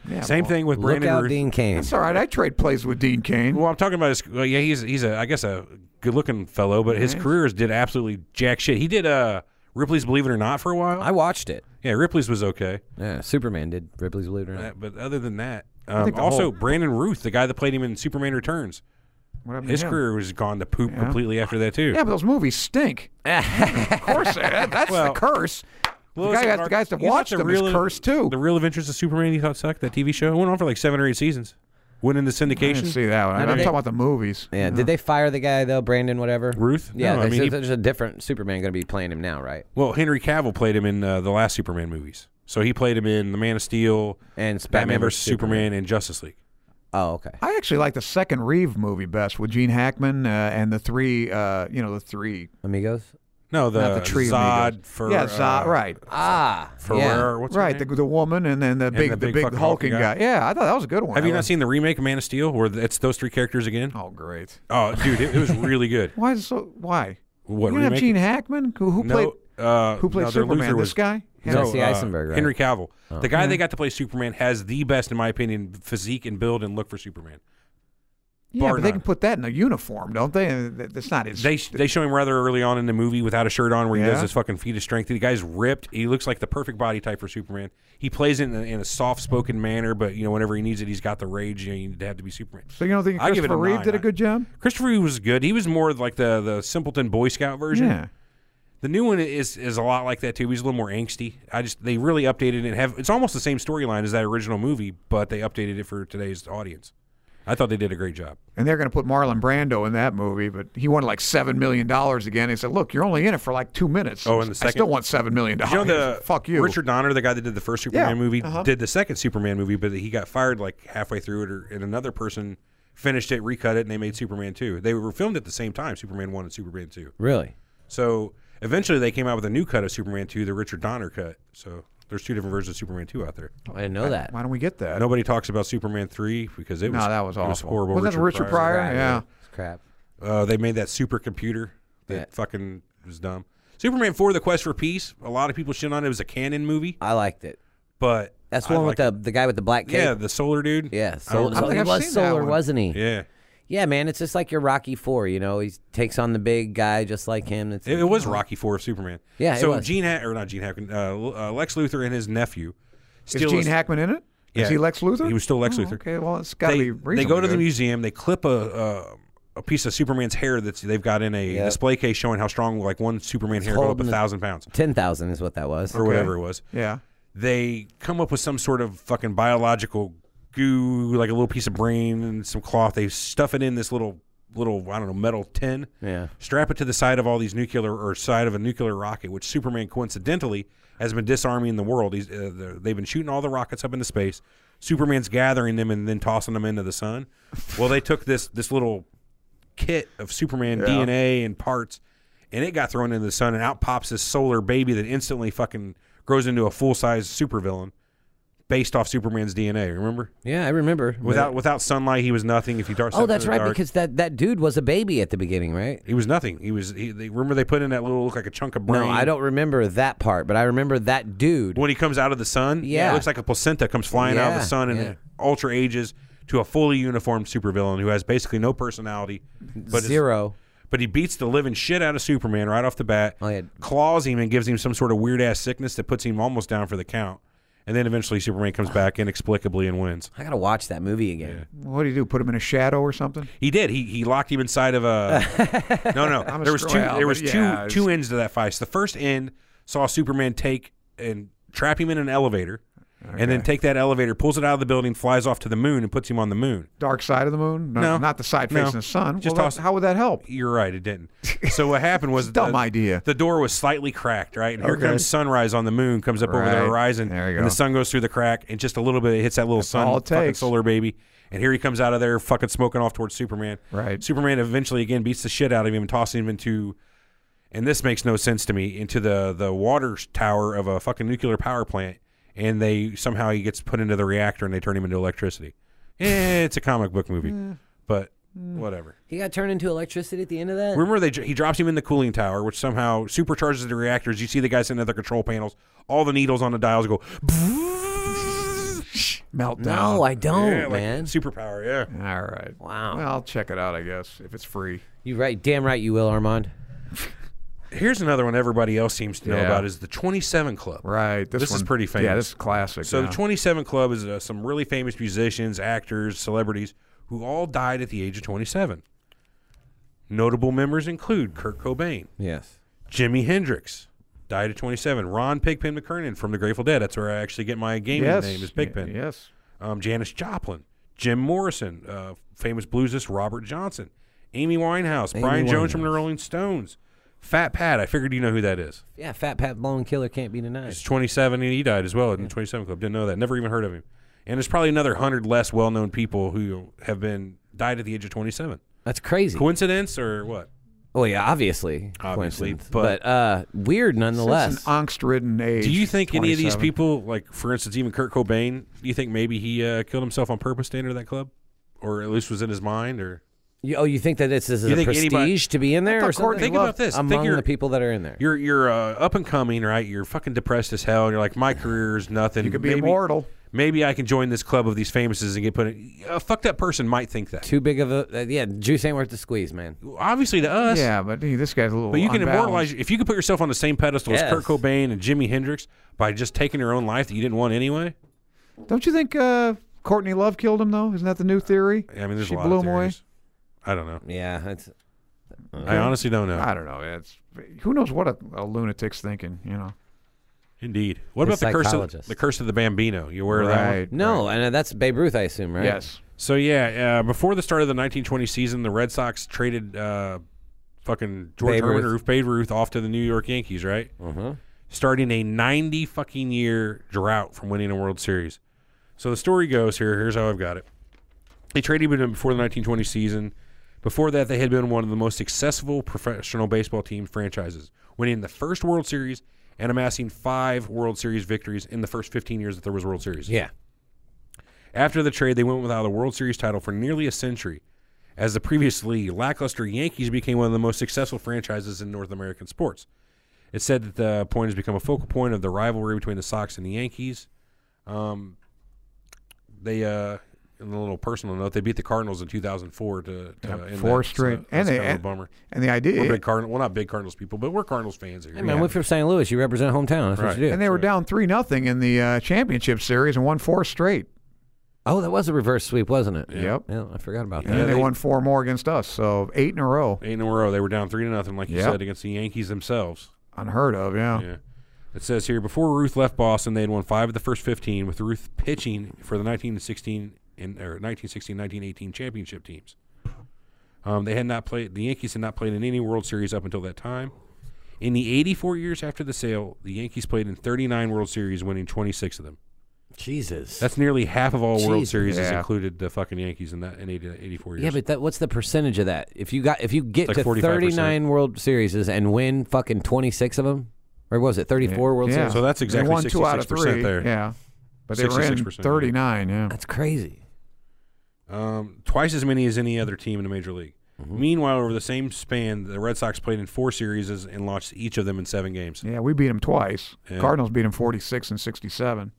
Yeah,
Same
well,
thing with
Look
Brandon.
out,
Ruth.
Dean Kane.
That's all right. I trade plays with Dean Kane.
Well, I'm talking about his. Well, yeah, he's he's a I guess a good looking fellow, but his careers did absolutely jack shit. He did uh Ripley's Believe It or Not for a while.
I watched it.
yeah, Ripley's was okay,
Yeah, Superman did Ripley's Believe It or
Uh,
Not.
but other than that, um,
think the
also
whole-
Brandon Ruth, the guy that played him in Superman Returns,
What happened to
his
him?
career was gone to poop completely after that too.
Yeah, but those movies stink. of course, that, that's
Well,
the curse. The,
Lewis
guy
and
has, the
Clark-
guys that
you thought
watched
the
them is
Real-
cursed too.
The Real Adventures of Superman you thought sucked, that TV show? It went on for like seven or eight seasons. Went into
I didn't
syndication.
see that one. I, am
did they-
talking about the movies.
Yeah. Did they fire the guy though, Brandon? Whatever.
Ruth?
Yeah.
No, I
there's,
mean, he-
there's a different Superman going to be playing him now, right?
Well, Henry Cavill played him in uh, the last Superman movies. So he played him in The Man of Steel,
And
Batman vs. Superman, and Justice League.
Oh, okay.
I actually like the second Reeve movie best with Gene Hackman uh, and the three, uh, you know, the three,
Amigos.
No, the,
not the tree
Zod
amigos.
for
yeah, Zod,
uh,
right,
Ah.
For
yeah.
where- what's her
right, the,
name?
the woman and then the big,
the
the
big
big,
fucking
hulking
hulking
guy. Yeah, I thought that was a good one.
Have you
I
not
was-
seen the remake of Man of Steel where th- it's those three characters again?
Oh, great!
Oh, dude, it, it was really good.
Why is it so? Why?
What
you
remake?
didn't have Gene Hackman who, who
no,
played
uh,
who played
no, their
Superman?
Luther
This
was,
guy? Mm-hmm.
No,
Jesse
uh,
Eisenberg, right? Oh.
Henry Cavill. The guy they got to play Superman has the best, in my opinion, physique and build and look for Superman.
yeah,
bar
but they
none.
can put that in a uniform, don't they? Uh, that- That's not his.
They they show him rather early on in the movie without a shirt on, where he does
Yeah.
his fucking feet of strength. The guy's ripped. He looks like the perfect body type for Superman. He plays it in a, in a soft spoken manner, but you know whenever he needs it, he's got the rage. You know, you need to have to be Superman.
so you don't think
I give it
Christopher
a
Reeve
nine.
did a good job?
Christopher Reeve was good. He was more like the the simpleton Boy Scout version.
Yeah.
The new one is is a lot like that too. He's a little more angsty. I just they really updated it and have it's almost the same storyline as that original movie, but they updated it for today's audience. I thought they did a great job.
And they're going to put Marlon Brando in that movie, but he wanted like seven million dollars again. He said, "Look, you're only in it for like two minutes.
Oh, and the
I
second-
still want seven million
Did you
dollars.
know the
Fuck you,
Richard Donner, the guy that did the first Superman
Yeah,
movie,
uh-huh.
did the second Superman movie, but he got fired like halfway through it, or, and another person finished it, recut it, and they made Superman two. They were filmed at the same time, Superman one and Superman two.
Really?
So eventually, they came out with a new cut of Superman two, the Richard Donner cut. So there's two different versions of Superman two out there.
I didn't know that.
Why don't we get that?
Nobody talks about Superman three because it was
no, that was
it
awful.
was horrible.
Wasn't that Richard Pryor?
Pryor,
Yeah.
It's crap.
Uh, they made that supercomputer that
Yeah.
fucking was dumb. Superman four, the Quest for Peace. A lot of people shit on it. It was a canon movie,
I liked it.
but
That's the
I
one
liked
with the, the guy with the black cape.
Yeah, the solar dude.
Yeah,
I don't
so,
know.
so
think
he
I've
was
seen that
solar,
one.
wasn't he?
Yeah.
Yeah, man, it's just like your Rocky Four. You know, he takes on the big guy just like him. It's,
It, it was Rocky Four of Superman.
Oh. Yeah, it
So
was.
Gene ha- or not Gene Hackman, uh, L- uh, Lex Luthor and his nephew.
Is
Steal
Gene
his-
Hackman in it?
Yeah.
Is he Lex Luthor?
He was still Lex
Oh,
Luthor.
Okay, well, it's got to
They, they
be reasonably
go to the
good.
museum. They clip a uh, a piece of Superman's hair that they've got in a
Yep.
display case showing how strong like one Superman hair go up a
holding the-
thousand pounds
ten thousand is what that was.
or whatever it was.
Yeah.
They come up with some sort of fucking biological goo, like a little piece of brain and some cloth. They stuff it in this little little I don't know metal tin.
Yeah,
strap it to the side of all these nuclear or side of a nuclear rocket, which Superman coincidentally has been disarming the world. He's, uh, they're- they've been shooting all the rockets up into space. Superman's gathering them and then tossing them into the sun. Well, they took this this little kit of Superman DNA and parts, and it got thrown into the sun, and out pops this solar baby that instantly fucking grows into a full size supervillain based off Superman's DNA. Remember?
yeah, I remember.
Without without sunlight, he was nothing. If you dark,
oh, that's right, because that that dude was a baby at the beginning, right?
he was nothing. He was. He, they remember they put in that little look like a chunk of brain.
No, I don't remember that part, but I remember that dude.
When he comes out of the sun,
Yeah.
it looks like a placenta comes flying out of the
Yeah,
sun and
yeah.
ultra ages to a fully uniformed supervillain who has basically no personality, but is-
Zero.
But he beats the living shit out of Superman right off the bat.
Oh, yeah.
Claws him and gives him some sort of weird ass sickness that puts him almost down for the count. And then eventually Superman comes back inexplicably and wins.
I gotta watch that movie again.
What do you do? Put him in a shadow or something?
He did. He he locked him inside of a. no, no.
a
there was
screw
two.
out,
there
but
was
yeah,
two
it's-
two ends to that fight. So the first end saw Superman take and trap him in an elevator, and then take that elevator, pulls it out of the building, flies off to the moon, and puts him on the moon.
Dark side of the moon? No,
No.
not the side
No.
facing the sun.
Just
Well, that-
toss-
how would that help?
You're right, it didn't. So what happened was
Dumb
the,
idea.
The door was slightly cracked, right? And here
Okay.
comes sunrise on the moon, comes up over the
Right.
horizon,
There you
and
go.
the sun goes through the crack, and just a little bit, it hits that little sun,
all it
fucking
takes.
solar baby, and here he comes out of there, fucking smoking off towards Superman.
Right.
Superman eventually again beats the shit out of him and tosses him into, and this makes no sense to me, into the the water tower of a fucking nuclear power plant, and they somehow he gets put into the reactor and they turn him into electricity. Eh, it's a comic book movie, but whatever.
He got turned into electricity at the end of that.
Remember, they he drops him in the cooling tower, which somehow supercharges the reactors. You see the guy sitting at the control panels. All the needles on the dials go.
Meltdown.
no, I don't,
Yeah, like
man.
Superpower, yeah.
All right.
Wow.
Well, I'll check it out, I guess, if it's free.
You right, damn right you will, Armand.
Here's another one everybody else seems to know
Yeah.
about is the 27 Club.
Right. This,
This is
one-
pretty
Yeah,
famous.
this is classic.
So
yeah.
the 27 Club is uh, some really famous musicians, actors, celebrities who all died at the age of 27. Notable members include Kurt Cobain,
Yes.
Jimi Hendrix, died at 27. Ron Pigpen McKernan from the Grateful Dead. That's where I actually get my gaming
yes.
name is Pigpen.
y- Yes.
um, Janis Joplin, Jim Morrison, uh, famous bluesist Robert Johnson, Amy Winehouse, Brian Jones from the Rolling Stones, Fat Pat. I figured you know who that is.
Yeah, Fat Pat Blown Killer can't be denied.
He's 27 and he died as well in the 27 Club. Didn't know that. Never even heard of him. And there's probably another hundred less well-known people who have been died at the age of 27.
That's crazy.
Coincidence or what?
Oh yeah, obviously,
Obviously,
coincidence,
but-
but, uh, weird nonetheless.
It's an angst-ridden age.
Do you think any of these
27.
people, like for instance, even Kurt Cobain, do you think maybe he uh, killed himself on purpose to enter that club, or at least was in his mind, or?
You- oh, you think that it's, this is
You
a
think
prestige
anybody-
to be in there?
thought
Or
Courtney
something?
Think about loved- this. Think
Among
you're-
the people that are in there.
You're you're uh, up and coming, right? You're fucking depressed as hell, and you're like, my career is nothing.
You could be
maybe,
immortal.
Maybe I can join this club of these famouses and get put in. A fucked up person might think that.
Too big of a uh, yeah. Juice ain't worth the squeeze, man.
Obviously to us,
Yeah, but hey, this guy's a little
but you can
unbalanced.
immortalize. If you could put yourself on the same pedestal as
Yes.
Kurt Cobain and Jimi Hendrix by just taking your own life that you didn't want anyway.
Don't you think uh, Courtney Love killed him, though? Isn't that the new theory?
I mean, there's
She
a lot
blew
of
him away?
theories. I don't know.
Yeah, that's Mm-hmm.
I honestly don't know.
I don't know. It's Who knows what a, a lunatic's thinking, you know?
Indeed. What
The
about the curse? Of,
psychologist.
the curse of the Bambino. You aware of that one?
Right,
no, and uh, that's Babe Ruth, I assume, right?
Yes.
So yeah, uh, before the start of the 1920 season, the Red Sox traded uh, fucking George
Babe
Herman
Ruth.
Ruth, Babe Ruth, off to the New York Yankees, right?
Uh-huh.
Starting a 90 fucking year drought from winning a World Series. So the story goes here. Here's how I've got it. They traded him before the 1920 season. Before that, they had been one of the most successful professional baseball team franchises, winning the first World Series and amassing five World Series victories in the first 15 years that there was a World Series.
Yeah.
After the trade, they went without a World Series title for nearly a century, as the previously lackluster Yankees became one of the most successful franchises in North American sports. It's said that the point has become a focal point of the rivalry between the Sox and the Yankees. Um, they, uh, in a little personal note, they beat the Cardinals in 2004 to, to
Yeah,
end
four
that, so
straight.
that's
And they-
kind of a
and-
bummer.
And the idea
We're big Cardinal. Well, not big Cardinals people, but we're Cardinals fans here.
Hey, man, we're from St. Louis. You represent hometown. That's what you do.
and they were down three nothing in the uh, championship series and won four straight.
oh, that was a reverse sweep, wasn't it?
Yep.
Yeah, I forgot about
And
that.
then they,
they-
won four more against us, so eight in a row,
Eight in a row. They were down three to nothing, like you
Yep.
said, against the Yankees themselves.
unheard of.
Oh.
Yeah,
Yeah. It says here before Ruth left Boston, they had won five of the first 15, with Ruth pitching for the 1916 and or 1916 1918 championship teams. Um, they had not played. The Yankees had not played in any World Series up until that time. In the 84 years after the sale, the Yankees played in 39 World Series, winning 26 of them.
Jesus.
That's nearly half of all World
Jeez.
Series is
Yeah.
included the fucking Yankees in that in 80, 84 years.
yeah, but that, what's the percentage of that? If you got if you get
Like
to
45%.
39 World Series and win fucking 26 of them, or was it 34 World
Yeah.
Series?
so that's
they
exactly
won two out of
66%
three.
there.
Yeah, but they were in
66%, yeah.
thirty nine. Yeah,
That's crazy.
um, twice as many as any other team in the major league.
Mm-hmm.
Meanwhile, over the same span, the Red Sox played in four series and lost each of them in seven games.
yeah, we beat them twice.
Yeah.
Cardinals beat them forty six and sixty seven.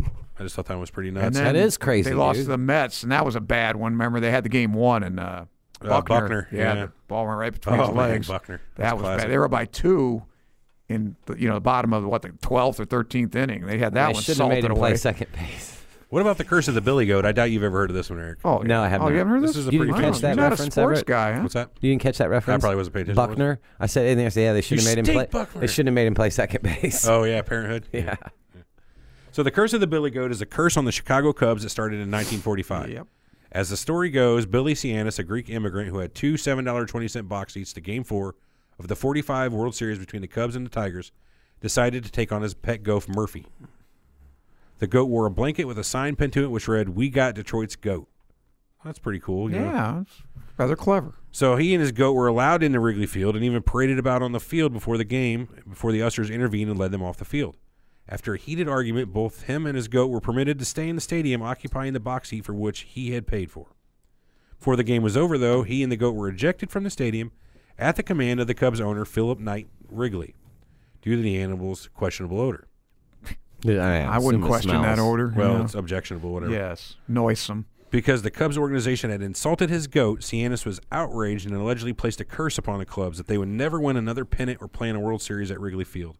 I just thought that was pretty
And
nuts.
then
That is crazy,
They lost
dude.
to the Mets, and that was a bad one. Remember, they had the game one and uh,
Uh,
Buckner.
Buckner,
Yeah,
yeah.
the ball went right between
oh,
his
man,
legs.
Buckner.
That was
classic.
bad. They were by two in the, you know the bottom of what the twelfth or thirteenth inning. They had that
I
one
should have made
salted
him
away.
play second base.
What about the curse of the Billy Goat? I doubt you've ever heard of this one, Eric.
Oh
No, I have
oh,
not.
You haven't heard
This
this?
is a
You
pretty
didn't
Wow,
catch
famous
that
one.
you're not a
reference,
sports
Everett?
guy, huh?
What's that?
You didn't catch that reference.
probably wasn't paying attention, was
Buckner. I said anything. I said yeah. They should have made him
stink, Oh.
play.
Buckner.
They should have made him play second base.
Oh yeah, Parenthood.
yeah.
So the curse of the Billy Goat is a curse on the Chicago Cubs that started in 1945. Yep. As the story goes, Billy Sianis, a Greek immigrant who had two $7.20 box seats to Game 4 of the 45 World Series between the Cubs and the Tigers, decided to take on his pet goat, Murphy. The goat wore a blanket with a sign pinned to it which read, We got Detroit's goat. That's pretty cool. you know?
Yeah, it's rather clever.
So he and his goat were allowed into Wrigley Field and even paraded about on the field before the game, before the ushers intervened and led them off the field. After a heated argument, both him and his goat were permitted to stay in the stadium, occupying the box seat for which he had paid for. Before the game was over, though, he and the goat were ejected from the stadium at the command of the Cubs owner, Philip Knight Wrigley, due to the animal's questionable odor.
I wouldn't question that order. you
Well,
know?
it's objectionable, whatever.
yes, noisome.
Because the Cubs organization had insulted his goat, Cianis was outraged and allegedly placed a curse upon the Cubs that they would never win another pennant or play in a World Series at Wrigley Field.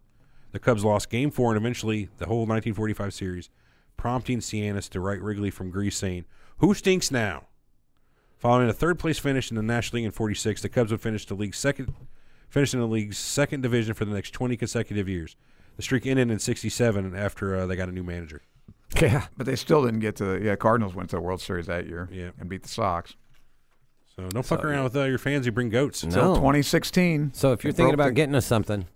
The Cubs lost Game 4 and eventually the whole 1945 series, prompting Cianis to write Wrigley from Greece saying, Who stinks now? Following a third place finish in the National League in 46, the Cubs would finish the league's second finish in the league's second division for the next 20 consecutive years. The streak ended in 67 after uh, they got a new manager.
Yeah, but they still didn't get to. The, yeah, Cardinals went to the World Series that year.
Yeah.
and beat the Sox.
So don't fuck around with uh, your fans who bring goats.
Till
No.
2016.
Oh. So if you're
they
thinking
broke
about getting us something,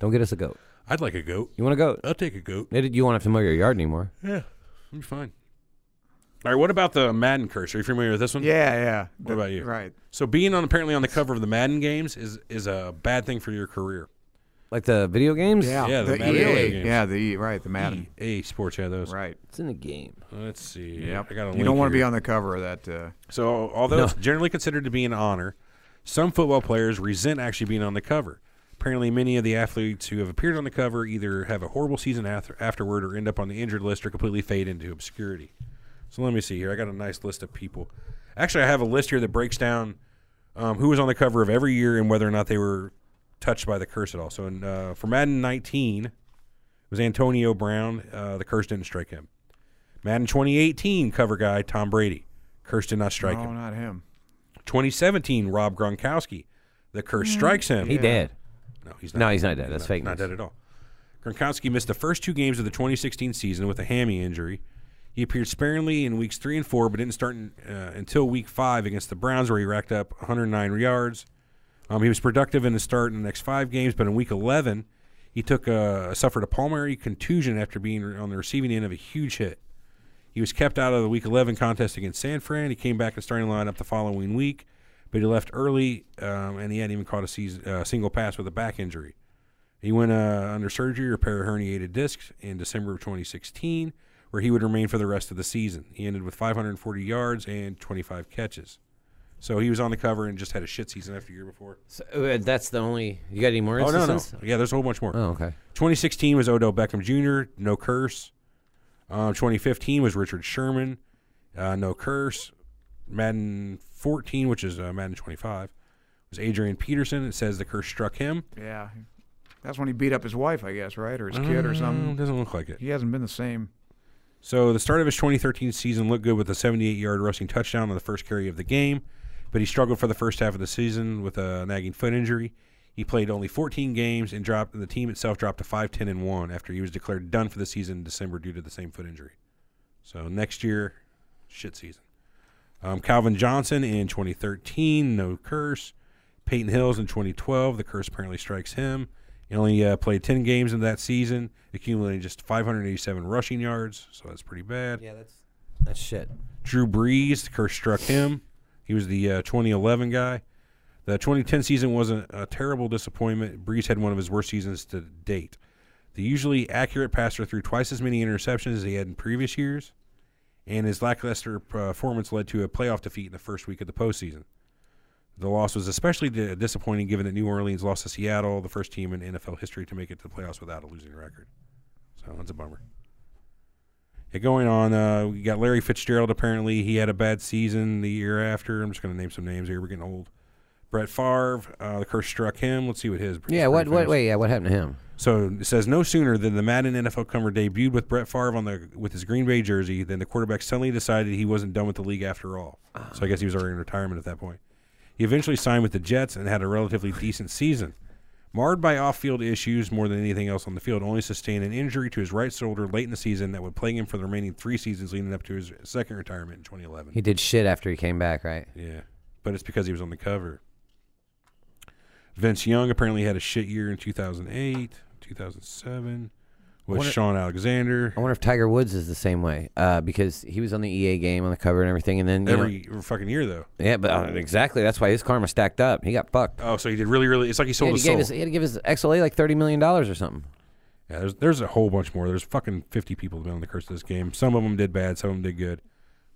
don't get us a goat.
I'd like a goat.
You want a goat?
I'll take a goat.
It- You won't have to mow your yard anymore.
Yeah, I'm fine. All right, what about the Madden curse? Are you familiar with this
the-
one?
yeah, yeah.
What about you?
Right.
So being on apparently on the cover of the Madden games is is a bad thing for your career.
Like the video games?
Yeah,
Yeah, the
the,
Madden video
EA.
games.
Yeah, the E- right, the Madden.
EA Sports had those.
Right.
It's in the game.
Let's see.
Yep.
I got a
you
link
don't want to be
here.
on the cover of that. Uh,
So although it's generally considered to be an honor, some football players resent actually being on the cover. Apparently, many of the athletes who have appeared on the cover either have a horrible season after, afterward or end up on the injured list or completely fade into obscurity. So let me see here. I got a nice list of people. Actually, I have a list here that breaks down um, who was on the cover of every year and whether or not they were touched by the curse at all. So in, uh, for Madden 19, it was Antonio Brown. Uh, the curse didn't strike him. Madden 2018 cover guy Tom Brady. Curse did not strike
no,
him.
not him.
2017 Rob Gronkowski. The curse strikes him.
He dead.
No, he's not.
No, he's not dead. That's
not,
fake
Not
news.
dead at all. Gronkowski missed the first two games of the 2016 season with a hammy injury. He appeared sparingly in weeks three and four, but didn't start in, uh, until week five against the Browns, where he racked up 109 yards. Um, he was productive in his start in the next five games, but in week 11, he took a, suffered a pulmonary contusion after being on the receiving end of a huge hit. He was kept out of the Week 11 contest against San Fran. He came back in the starting lineup the following week, but he left early, um, and he hadn't even caught a season, uh, single pass with a back injury. He went uh, under surgery to repair a herniated disc in December of 2016, where he would remain for the rest of the season. He ended with 540 yards and 25 catches. So he was on the cover and just had a shit season after the year before.
So, uh, that's the only. You got any more
Oh, no, no.
instances?
Yeah, there's a whole bunch more.
Oh, okay.
2016 was Odell Beckham Jr., no curse. Um, 2015 was Richard Sherman, uh, no curse. Madden 14, which is uh, Madden 25, was Adrian Peterson. It says the curse struck him.
Yeah, that's when he beat up his wife, I guess, right, or his kid, or
Mm,
something.
Doesn't look like it.
He hasn't been the same.
So the start of his 2013 season looked good with a 78-yard rushing touchdown on the first carry of the game, but he struggled for the first half of the season with a nagging foot injury. He played only 14 games and dropped. And the team itself dropped to 5-10 and one after he was declared done for the season in December due to the same foot injury. So next year, shit season. Um, Calvin Johnson in 2013, no curse. Peyton Hills in 2012, the curse apparently strikes him. He only uh, played 10 games in that season, accumulating just 587 rushing yards, so that's pretty bad.
Yeah, that's that's shit.
Drew Brees, the curse struck him. He was the uh, 2011 guy. The 2010 season was a, a terrible disappointment. Brees had one of his worst seasons to date. The usually accurate passer threw twice as many interceptions as he had in previous years, and his lackluster uh, performance led to a playoff defeat in the first week of the postseason. The loss was especially di- disappointing given that New Orleans lost to Seattle, the first team in NFL history to make it to the playoffs without a losing record. So that's a bummer. Yeah, going on, uh, we got Larry Fitzgerald. Apparently, he had a bad season the year after. I'm just going to name some names here. We're getting old. Brett Favre, uh, the curse struck him. Let's see what his.
Yeah, what, what,
his-
wait, yeah, what happened to him?
so it says no sooner than the Madden NFL cover debuted with Brett Favre on the with his Green Bay jersey than the quarterback suddenly decided he wasn't done with the league after all. So I guess he was already in retirement at that point. He eventually signed with the Jets and had a relatively decent season. Marred by off field issues more than anything else on the field, only sustained an injury to his right shoulder late in the season that would plague him for the remaining three seasons leading up to his second retirement in 2011.
He did shit after he came back, right?
Yeah, but it's because he was on the cover. Vince Young apparently had a shit year in 2008, 2007 with
Wonder-
Sean Alexander.
I wonder if Tiger Woods is the same way uh, because he was on the EA game on the cover and everything, and then you know-
Every fucking year, though.
yeah, but uh, exactly that's why his karma stacked up. He got fucked.
Oh, so he did really, really. It's like he
He
sold
had,
his
to gave
soul.
his, e- he had to give his XLA like thirty million dollars or something.
yeah, there's there's a whole bunch more. There's fucking 50 people that been on the curse of this game. Some of them did bad, some of them did good,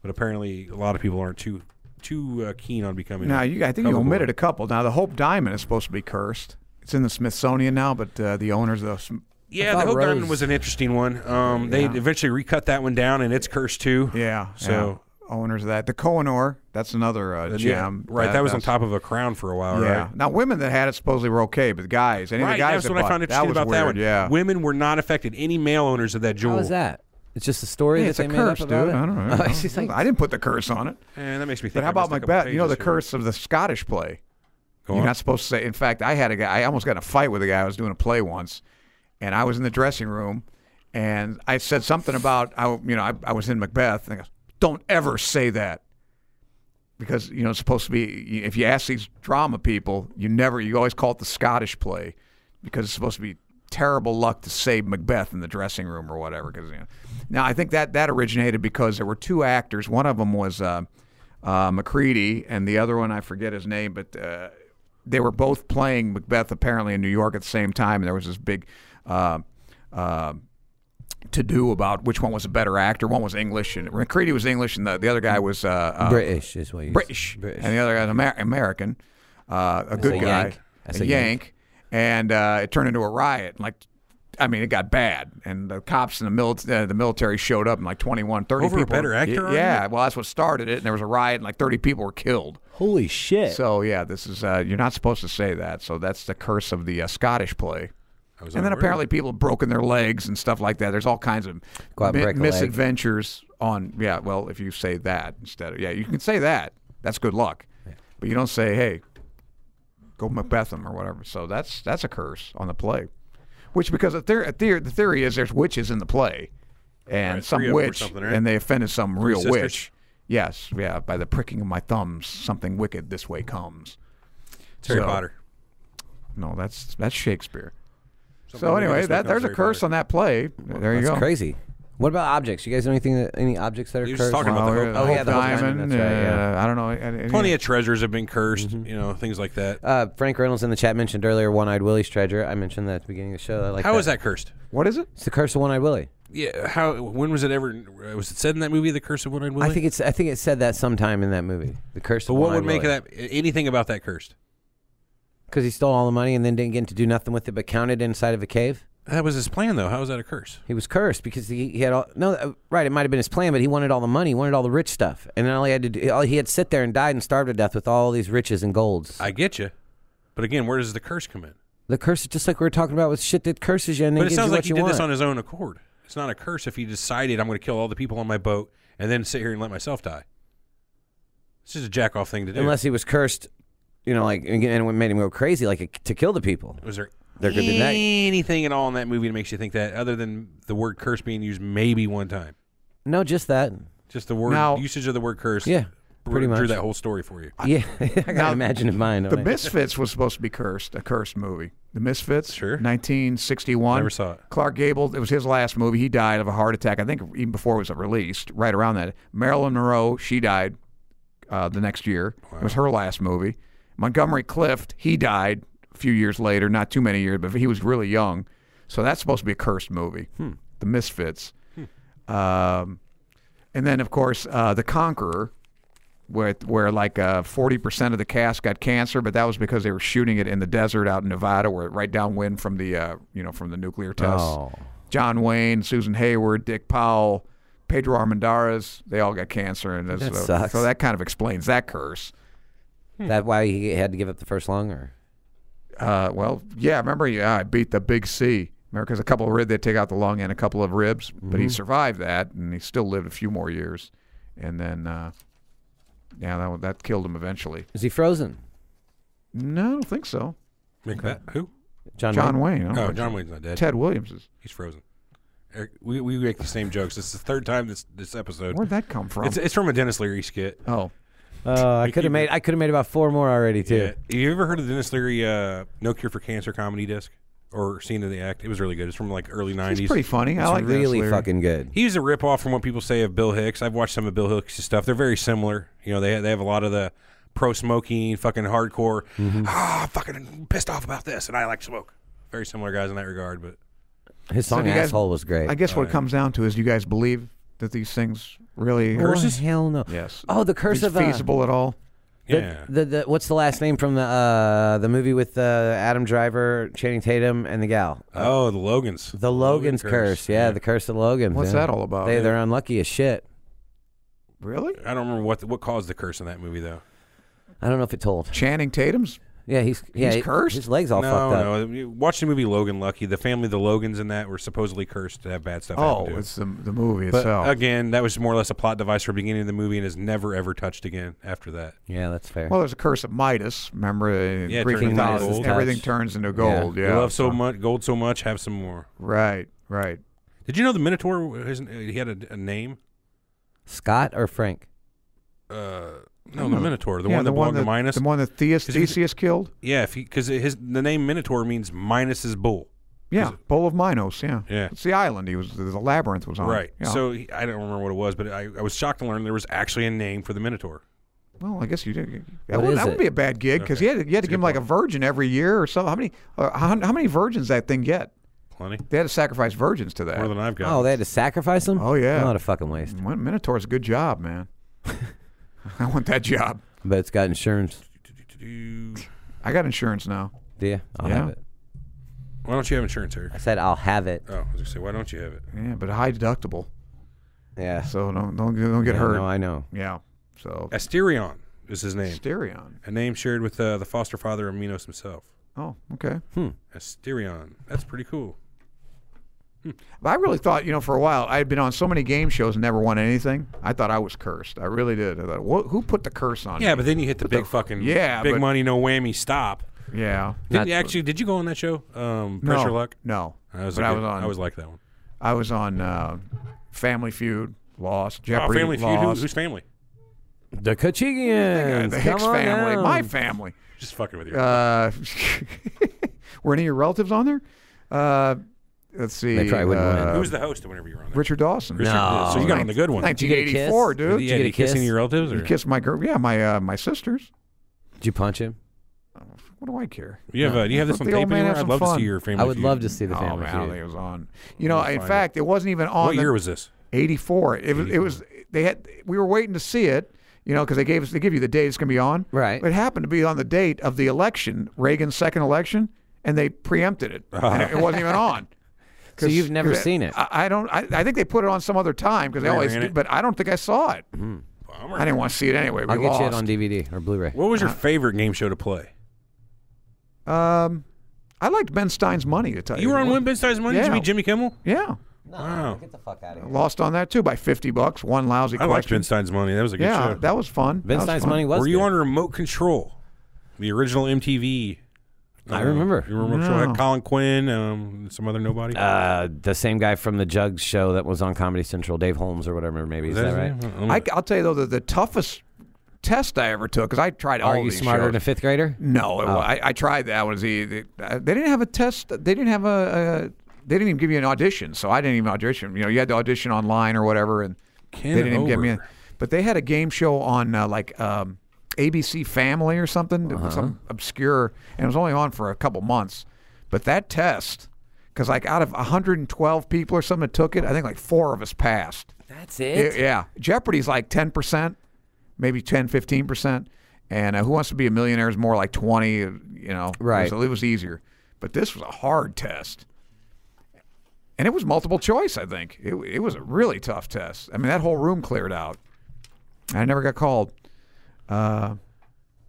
but apparently a lot of people aren't too too uh, keen on becoming.
Now,
a
you, I think you
cover boy.
omitted a couple. Now, the Hope Diamond is supposed to be cursed. It's in the Smithsonian now, but uh, the owners of the.
I
Yeah, the
thought
Hope Diamond
Rose-
was an interesting one. Um, they eventually recut that one down, and it's cursed too.
Yeah.
So-
yeah. owners of that. The Kohinoor, that's another uh,
Yeah,
gem.
right. That, was on
that's-
top of a crown for a while,
Yeah.
right?
Now, women that had it supposedly were okay, but guys, any of
Right,
the guys
that's
that
what I
bought-
found interesting
was
about that
weird,
one.
Yeah.
Women were not affected. Any male owners of that jewel.
How is that? It's just a story
Hey,
that
it's
they
a
made
curse,
up
dude.
about it?
I don't know.
Oh, it's just like-
I didn't put the curse on it.
And Eh, that makes me think.
But how
I missed
about
a couple
Macbeth? You know the
pages here.
curse of the Scottish play.
Go
You're
on.
not supposed to say. In fact, I had a guy. I almost got in a fight with a guy. I was doing a play once, and I was in the dressing room, and I said something about I, you know, I, I was in Macbeth, and I goes, "Don't ever say that," because you know it's supposed to be. If you ask these drama people, you never, you always call it the Scottish play, because it's supposed to be terrible luck to save Macbeth in the dressing room or whatever. Because you know. now I think that that originated because there were two actors. One of them was. Uh, uh, Macready, and the other one I forget his name, but uh, they were both playing Macbeth apparently in New York at the same time, and there was this big uh, uh, to do about which one was a better actor. One was English, and Macready was English, and the, the other guy was uh, uh,
British is what you
British,
British.
and the other guy's Amer- American, uh, a good
a
guy,
Yank. I
a
say
yank, and uh, it turned into a riot. Like, I mean, it got bad, and the cops and the, mili- uh, the military showed up, and like 21, 30
Over a
people.
better actor
Y- yeah, well, that's what started it, and there was a riot, and like thirty people were killed.
Holy shit.
So yeah, this is uh, you're not supposed to say that. So that's the curse of the uh, Scottish play.
I was
And then
unaware.
apparently people have broken their legs and stuff like that. There's all kinds of
Go out and break a leg.
misadventures on. Yeah, well, if you say that instead of yeah, you can say that. That's good luck, but you don't say hey, go Macbeth 'em or whatever. So that's that's a curse on the play. Which because the theory, theory the theory is there's witches in the play, and
Right, three
some
of 'em or
witch,
something, right?
and they offended some real
sisters?
witch. Yes, yeah, by the pricking of my thumbs, something wicked this way comes.
It's Harry
so-
Potter.
No, that's that's Shakespeare.
Something
So
like
anyway,
this
that
becomes
there's a
Harry
curse
Potter.
on that play. There you
That's
go.
crazy. What about objects? You guys know anything? That, any objects that are
He was
cursed?
talking about
Oh,
the
yeah,
Hope-
Oh,
Hope
yeah, the Hope Diamond,
Diamond.
that's right,
uh,
yeah.
I don't know. I- I-
Plenty
yeah. Mm-hmm.
of treasures have been cursed. You know things like that.
uh, Frank Reynolds in the chat mentioned earlier One Eyed Willie's treasure. I mentioned that at the beginning of the show. I like
How is that cursed?
what is it?
It's the curse of One Eyed Willie.
Yeah. How? When was it ever? Was it said in that movie, The Curse of One Eyed Willie?
I think it's. I think it said that sometime in that movie. The curse.
But
of
what
One-Eyed
would make
Willie.
that anything about that cursed?
Because he stole all the money and then didn't get to do nothing with it, but counted inside of a cave.
That was his plan, though. How is that a curse?
He was cursed because he, he had all no uh, right. It might have been his plan, but he wanted all the money, he wanted all the rich stuff, and then all he had to do, all he had to sit there and died and starved to death with all these riches and golds.
I get you, but again, where does the curse come in?
the curse is just like we were talking about with shit that curses you and then
But it
gives
sounds
you what
like he
you
did
want.
this on his own accord. It's not a curse if he decided I'm going to kill all the people on my boat and then sit here and let myself die. It's just a jack off thing to do.
Unless he was cursed, you know, like and and what made him go crazy, like to kill the people.
was there
There could be that.
anything at all in that movie that makes you think that, other than the word curse being used maybe one time?
No, just that.
Just the word
Now-
usage of the word curse.
Yeah, pretty
drew
much.
that whole story for you.
yeah, I gotta
Now,
imagine in mine.
The
don't I?
Misfits was supposed to be cursed, a cursed movie. The Misfits,
Sure.
1961.
Never saw it.
Clark Gable, it was his last movie. He died of a heart attack, I think, even before it was released, right around that. Marilyn Monroe, she died uh, the next year. It was her last movie. Montgomery Clift, he died a few years later, not too many years, but he was really young. So that's supposed to be a cursed movie, The Misfits. Um, and then, of course, uh, The Conqueror, where where like uh, forty percent of the cast got cancer, but that was because they were shooting it in the desert out in Nevada, where right downwind from the uh, you know from the nuclear tests.
Oh.
John Wayne, Susan Hayward, Dick Powell, Pedro Armendariz, they all got cancer, and that's-
That
so,
sucks.
so that kind of explains that curse.
That why he had to give up the first lung, or
Uh, well, yeah, remember yeah, I beat the Big C. Remember, because a couple of ribs, they take out the lung and a couple of ribs, but he
Mm-hmm.
survived that, and he still lived a few more years, and then. Uh, yeah, that, that killed him eventually.
is he frozen?
No, I don't think so.
Make that who?
John,
John
Wayne.
Wayne.
Oh,
Oh,
John Wayne's not dead.
Ted Williams is.
He's frozen. Eric, we, we make the same jokes. This is the third time this this episode.
Where'd that come from?
It's, it's from a Dennis Leary skit.
oh,
Uh, I
We
could
keep
have made.
it-
I could have made about four more already too.
You ever heard of the Dennis Leary uh, No Cure for Cancer comedy disc or scene of the act? It was really good. It's from like early
he's
nineties.
pretty funny. I
It's
like Dennis
really
Leary.
fucking good.
He's a rip off from what people say of Bill Hicks. I've watched some of Bill Hicks' stuff. They're very similar. You know, they they have a lot of the pro smoking, fucking hardcore. Ah, fucking pissed off about this, and I like smoke. Very similar guys in that regard, but
His
So
song
do you guys-
"Asshole" was great.
I guess what it comes down to is, do you guys believe that these things really
Oh,
are
hell no.
Yes.
Oh, the curse
these
of uh,
feasible at all?
The,
yeah.
the, the what's the last name from the uh, the movie with uh, Adam Driver, Channing Tatum, and the gal?
oh, the Logans.
The Logan's curse. Yeah, the curse of Logan.
What's
yeah.
that all about?
They they're unlucky as shit.
Really?
I don't remember what what caused the curse in that movie though.
I don't know if it told.
Channing Tatum's
Yeah, he's yeah,
He's
he-
cursed?
His legs all
no,
fucked up.
no. You Watch the movie Logan Lucky. The family, the Logans, and that were supposedly cursed to have bad stuff. happen
Oh,
to them.
it's the, the movie
uh,
But
itself.
again, that was more or less a plot device for the beginning of the movie and is never ever touched again after that.
Yeah, that's fair.
well, there's a curse of Midas. Remember, in
Yeah, it
Greek
turns into
mythology,
gold.
everything
Touch.
turns into gold. Yeah,
We love so much gold so much, have some more.
Right, right.
Did you know the Minotaur? His, he had a, a name.
Scott or Frank?
Uh, no, the Minotaur, the
yeah,
one that belonged to Minos.
the one that Theus,
'Cause he was-
Theseus killed.
yeah, if because his the name Minotaur means Minos's bull.
Yeah, Bowl of Minos. Yeah,
Yeah.
It's the island he was. The labyrinth was on.
Right.
Yeah.
So he, I don't remember what it was, but I, I was shocked to learn there was actually a name for the Minotaur.
well, I guess you did. That,
What
would,
is
that would
it?
be a bad gig because you had to, you had to give him like a virgin every year or something. How many? Uh, how, how many virgins that thing get?
Plenty
They had to sacrifice virgins to that.
more than I've got.
Oh, they had to sacrifice him.
Oh, yeah.
what a fucking waste.
Min- Minotaur's a good job, man. I want that job.
But it's got insurance.
Oh. I got insurance now.
Do you? I'll
Yeah.
have it.
Why don't you have insurance, Eric?
I said I'll have it.
Oh, I was gonna say, why don't you have it?
Yeah, but high deductible.
Yeah.
So don't don't don't get
Yeah,
hurt.
No, I know.
Yeah. So
Asterion is his name.
Asterion.
A name shared with uh, the foster father of Minos himself.
Oh, okay.
Asterion. That's pretty cool.
But I really thought, you know, for a while, I had been on so many game shows and never won anything. I thought I was cursed. I really did. I thought, "Wha- who put the curse on
Yeah,
me?
but then you hit the big fucking
yeah,
big
but-
money, no whammy, stop.
Yeah.
Did you actually did you go on that show? Um, Pressure
no,
Luck.
No.
I was,
but
like,
I was on.
I was like that one.
I was on uh, Family Feud, Lost,
Oh,
Jeopardy,
Family Feud. Who,
Lost,
whose family?
The Kachigians.
the Hicks
Come on
family,
down.
my family.
Just fucking with you.
Uh, were any of your relatives on there? Uh, let's see.
They probably wouldn't
uh,
win.
who was the host whenever you were on there?
Richard Dawson.
Richard-
No.
So you got on the good one.
you get a kiss?
1984,
Did
dude.
you,
you
yeah,
get
did
a
you kiss
kiss?
any of your relatives?
You
Or?
kissed my girl. Yeah, my uh, my sisters.
Did you punch him?
What do I care?
You have uh, do you have this
Let
on
the old
tape
man
anywhere?
have
I'd
some
love to
fun.
see your family.
I would
Feud.
love to see the
Oh
family.
man, I don't think
feud.
it was on. You know, in
find
fact, it. wasn't even on.
What
the-
year was this?
'84? It was. It was. They had. We were waiting to see it. You know, because they gave us. They give you the date it's going to be on.
Right.
It happened to be on the date of the election, Reagan's second election, and they preempted it. And it wasn't even on.
So
'Cause-
you've never
'cause
seen it?
I, I don't. I, I think they put it on some other time because they always.
Reran
do,
it.
But I don't think I saw it. I didn't want to see it anyway. We
Hmm. I'll get
lost.
you it on DVD or Blu-ray.
What
Uh,
was your favorite game show to play?
Um, I liked Ben Stein's money to tell you.
You were
the
on
truth.
Win Ben Stein's Money. Did you
Yeah.
meet Jimmy Kimmel?
Yeah,
Wow.
Get the fuck out of here.
lost on that too by fifty bucks. One lousy
I liked
question.
Ben Stein's Money. That was a good
yeah,
show.
that was fun.
Ben
That was
Stein's
fun.
money was.
Were you
good.
on Remote Control? The original MTV.
I remember.
You remember Remote
Oh.
Control? Colin Quinn, um, some other nobody.
Uh, the same guy from the Jugs show that was on Comedy Central, Dave Holmes or whatever. Maybe is
that
that
his
right?
name? I don't know.
I, will tell you though, the, the toughest test I ever took because I tried all
Are you
these
smarter
shows.
than a fifth grader?
no, it wa- I, I tried that. It Was the, the, uh, they didn't have a test. They didn't have a. Uh, they didn't even give you an audition, so I didn't even audition. You know, you had to audition online or whatever, and
Ken
they didn't even give me.
Ober.
A, but they had a game show on uh, like um, ABC Family or something, some obscure, and it was only on for a couple months. But that test, because like out of 112 people or something that took it, I think like four of us passed.
That's
Yeah, yeah. Jeopardy's like 10%, maybe 10, 15%. And uh, Who Wants to Be a Millionaire is more like 20, uh, you know.
Right.
It was, it was easier. But this was a hard test. And it was multiple choice, I think. It, it was a really tough test. I mean, that whole room cleared out. I never got called.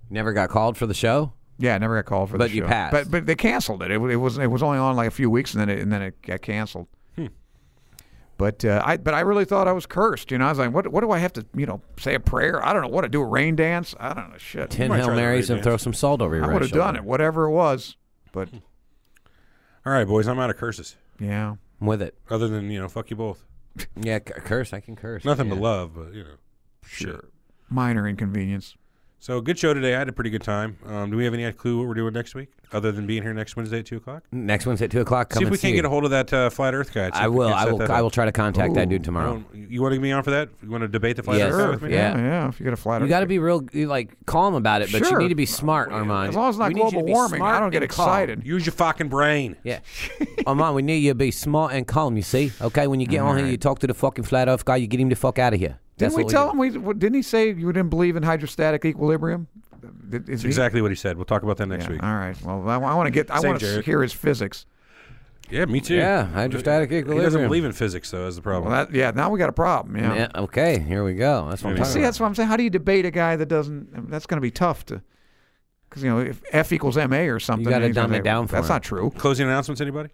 Never got called for the show.
Yeah, I never got called for
But
the
you
show.
passed.
But but they canceled it. It, wa- it was it was only on like a few weeks and then it, and then it got canceled.
Hmm.
But uh, I but I really thought I was cursed. You know, I was like, what what do I have to you know say a prayer? I don't know what to do a rain dance. I don't know shit.
Ten
might
hail
try that
marys
right
and throw some salt over your.
I would have
right shoulder.
done it, whatever it was. But
All right, boys, I'm out of curses.
Yeah.
I'm with it.
Other than you know, fuck you both.
Yeah, c- curse. I can curse.
Nothing
yeah.
but love, but you know, sure.
Minor inconvenience.
So good show today. I had a pretty good time. Um, do we have any clue what we're doing next week, other than being here next Wednesday at two o'clock?
Next one's at two o'clock. Come
see if
and
we can't
see.
get a hold of that uh, flat Earth guy. See
I
if we
will.
can
I
set
will.
that
I
up.
will try to contact that dude
You
tomorrow.
want- You want to be on for that? You want to debate the flat
Yes.
Earth guy with me?
Yeah.
Yeah, yeah. If you get a flat
You
earth.
got to be real, like calm about it, but you
Sure.
need to be smart, Armand.
as long as it's not
We need you to
global
be
warming, I
smart
don't get
and calm.
excited.
Use your fucking brain.
Yeah, Armand, we need you to be smart and calm. You see, okay? When you get on here, you talk to the fucking flat Earth guy. You get him the fuck out of here.
Didn't
That's
we
what
tell
do.
him? We w- didn't he say you didn't believe in hydrostatic equilibrium? Did- is
That's
he-
exactly what he said. We'll talk about that next
Yeah,
week.
All right. Well, I, want to get. I
Same,
want to
Jared.
hear his physics.
Yeah, me too.
Yeah, hydrostatic
He doesn't
equilibrium.
believe in physics, though. Is the problem?
Well, that, yeah. Now we got a problem. Yeah.
Yeah, okay, here we go. That's what I'm
Yeah.
talking
See,
about.
that's what I'm saying. How do you debate a guy that doesn't? I mean, that's going to be tough to. Because you know, if F equals ma or something,
gotta
then he's gonna
dumb it
say,
down for
That's
him.
not true.
Closing announcements, anybody?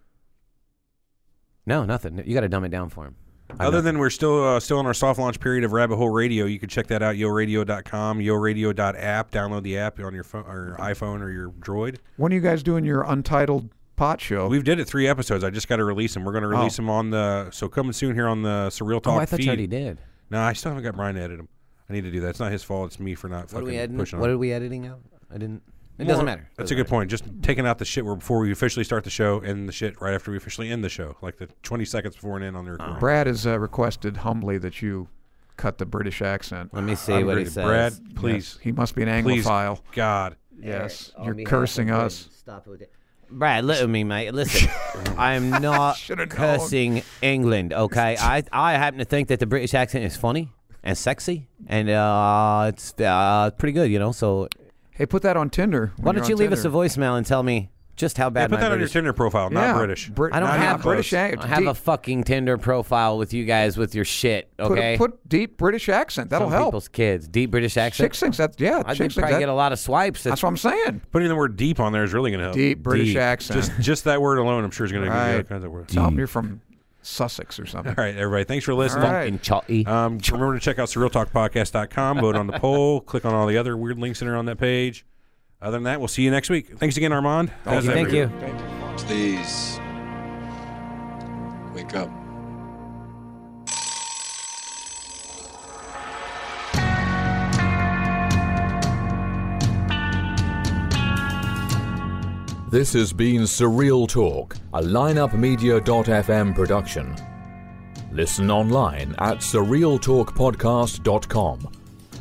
No, nothing. You got to dumb it down for him. I
Other
know.
than we're still uh, still in our soft launch period of Rabbit Hole Radio, you can check that out yoradio.com, yoradio.app. Download the app on your phone, or your iPhone, or your Droid.
When are you guys doing your untitled pot
Oh.
show?
We've did it three episodes. I just got to release them. We're going to release
Oh.
them on the so coming soon here on the Surreal Talk
oh, I thought
feed.
you already did.
No, I still haven't got Brian to edit them. I need to do that. It's not his fault. It's me for not
What are
fucking
we editing?
pushing.
What
on.
are we editing out? I didn't. It doesn't matter.
That's a good point. Just taking out the shit where before we officially start the show and the shit right after we officially end the show, like the 20 seconds before and end on the recording.
Brad has uh, requested humbly that you cut the British accent.
Let me see
I'm
what he
great.
says.
Brad, please,
Yes, he must be an
please,
Anglophile.
God,
Yes, you're cursing us.
Stop it. Brad, look at me, mate. Listen, I'm not
Shoulda known.
cursing England. Okay, I I happen to think that the British accent is funny and sexy, and uh, it's uh, pretty good, you know. So
Hey, put that on Tinder. when
why
you're
don't
on
you leave us a
Tinder.
voicemail and tell me just how bad
yeah, put
my
that on your
British
Tinder profile,
Yeah,
not British.
Brit-
I don't
not
have
even British.
I
accent.
have a fucking Tinder profile with you guys with your shit.
put,
Okay,
put deep British accent. That'll
Some
help.
people's kids deep British accent.
Chicks thinks that's yeah.
I
chicks
think
thinks
probably
that-
get a lot of swipes.
that's what I'm saying.
Putting the word "deep" on there is really going to help.
Deep British
Deep.
accent.
Just just that word alone, I'm sure is going to give you all
Right.
kinds of words.
Tell 'em you're from Sussex or something.
All right, everybody. Thanks for listening.
All right.
fucking chotty.
Um, remember to check out surrealtalkpodcast.com. Vote on the poll. click on all the other weird links that are on that page. Other than that, we'll see you next week. Thanks again, Armand.
Thank
As
you.
ever.
Thank you.
Please wake up.
This has been Surreal Talk, a lineupmedia.fm production. Listen online at surrealtalkpodcast.com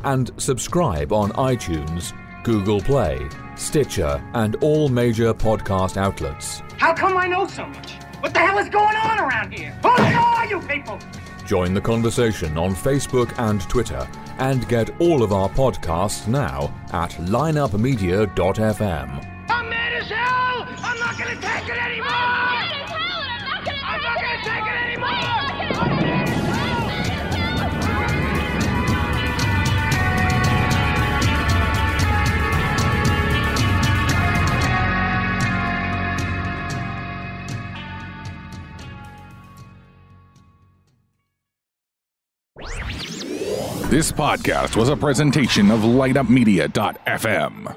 and subscribe on iTunes, Google Play, Stitcher, and all major podcast outlets.
How come I know so much? What the hell is going on around here? Who the hell are you people?
Join the conversation on Facebook and Twitter and get all of our podcasts now at lineupmedia.fm.
I'm mad as hell! I'm not gonna take it anymore! I'm mad as hell and I'm not gonna take it anymore! I'm mad as hell!
This podcast was a presentation of lineupmedia.fm.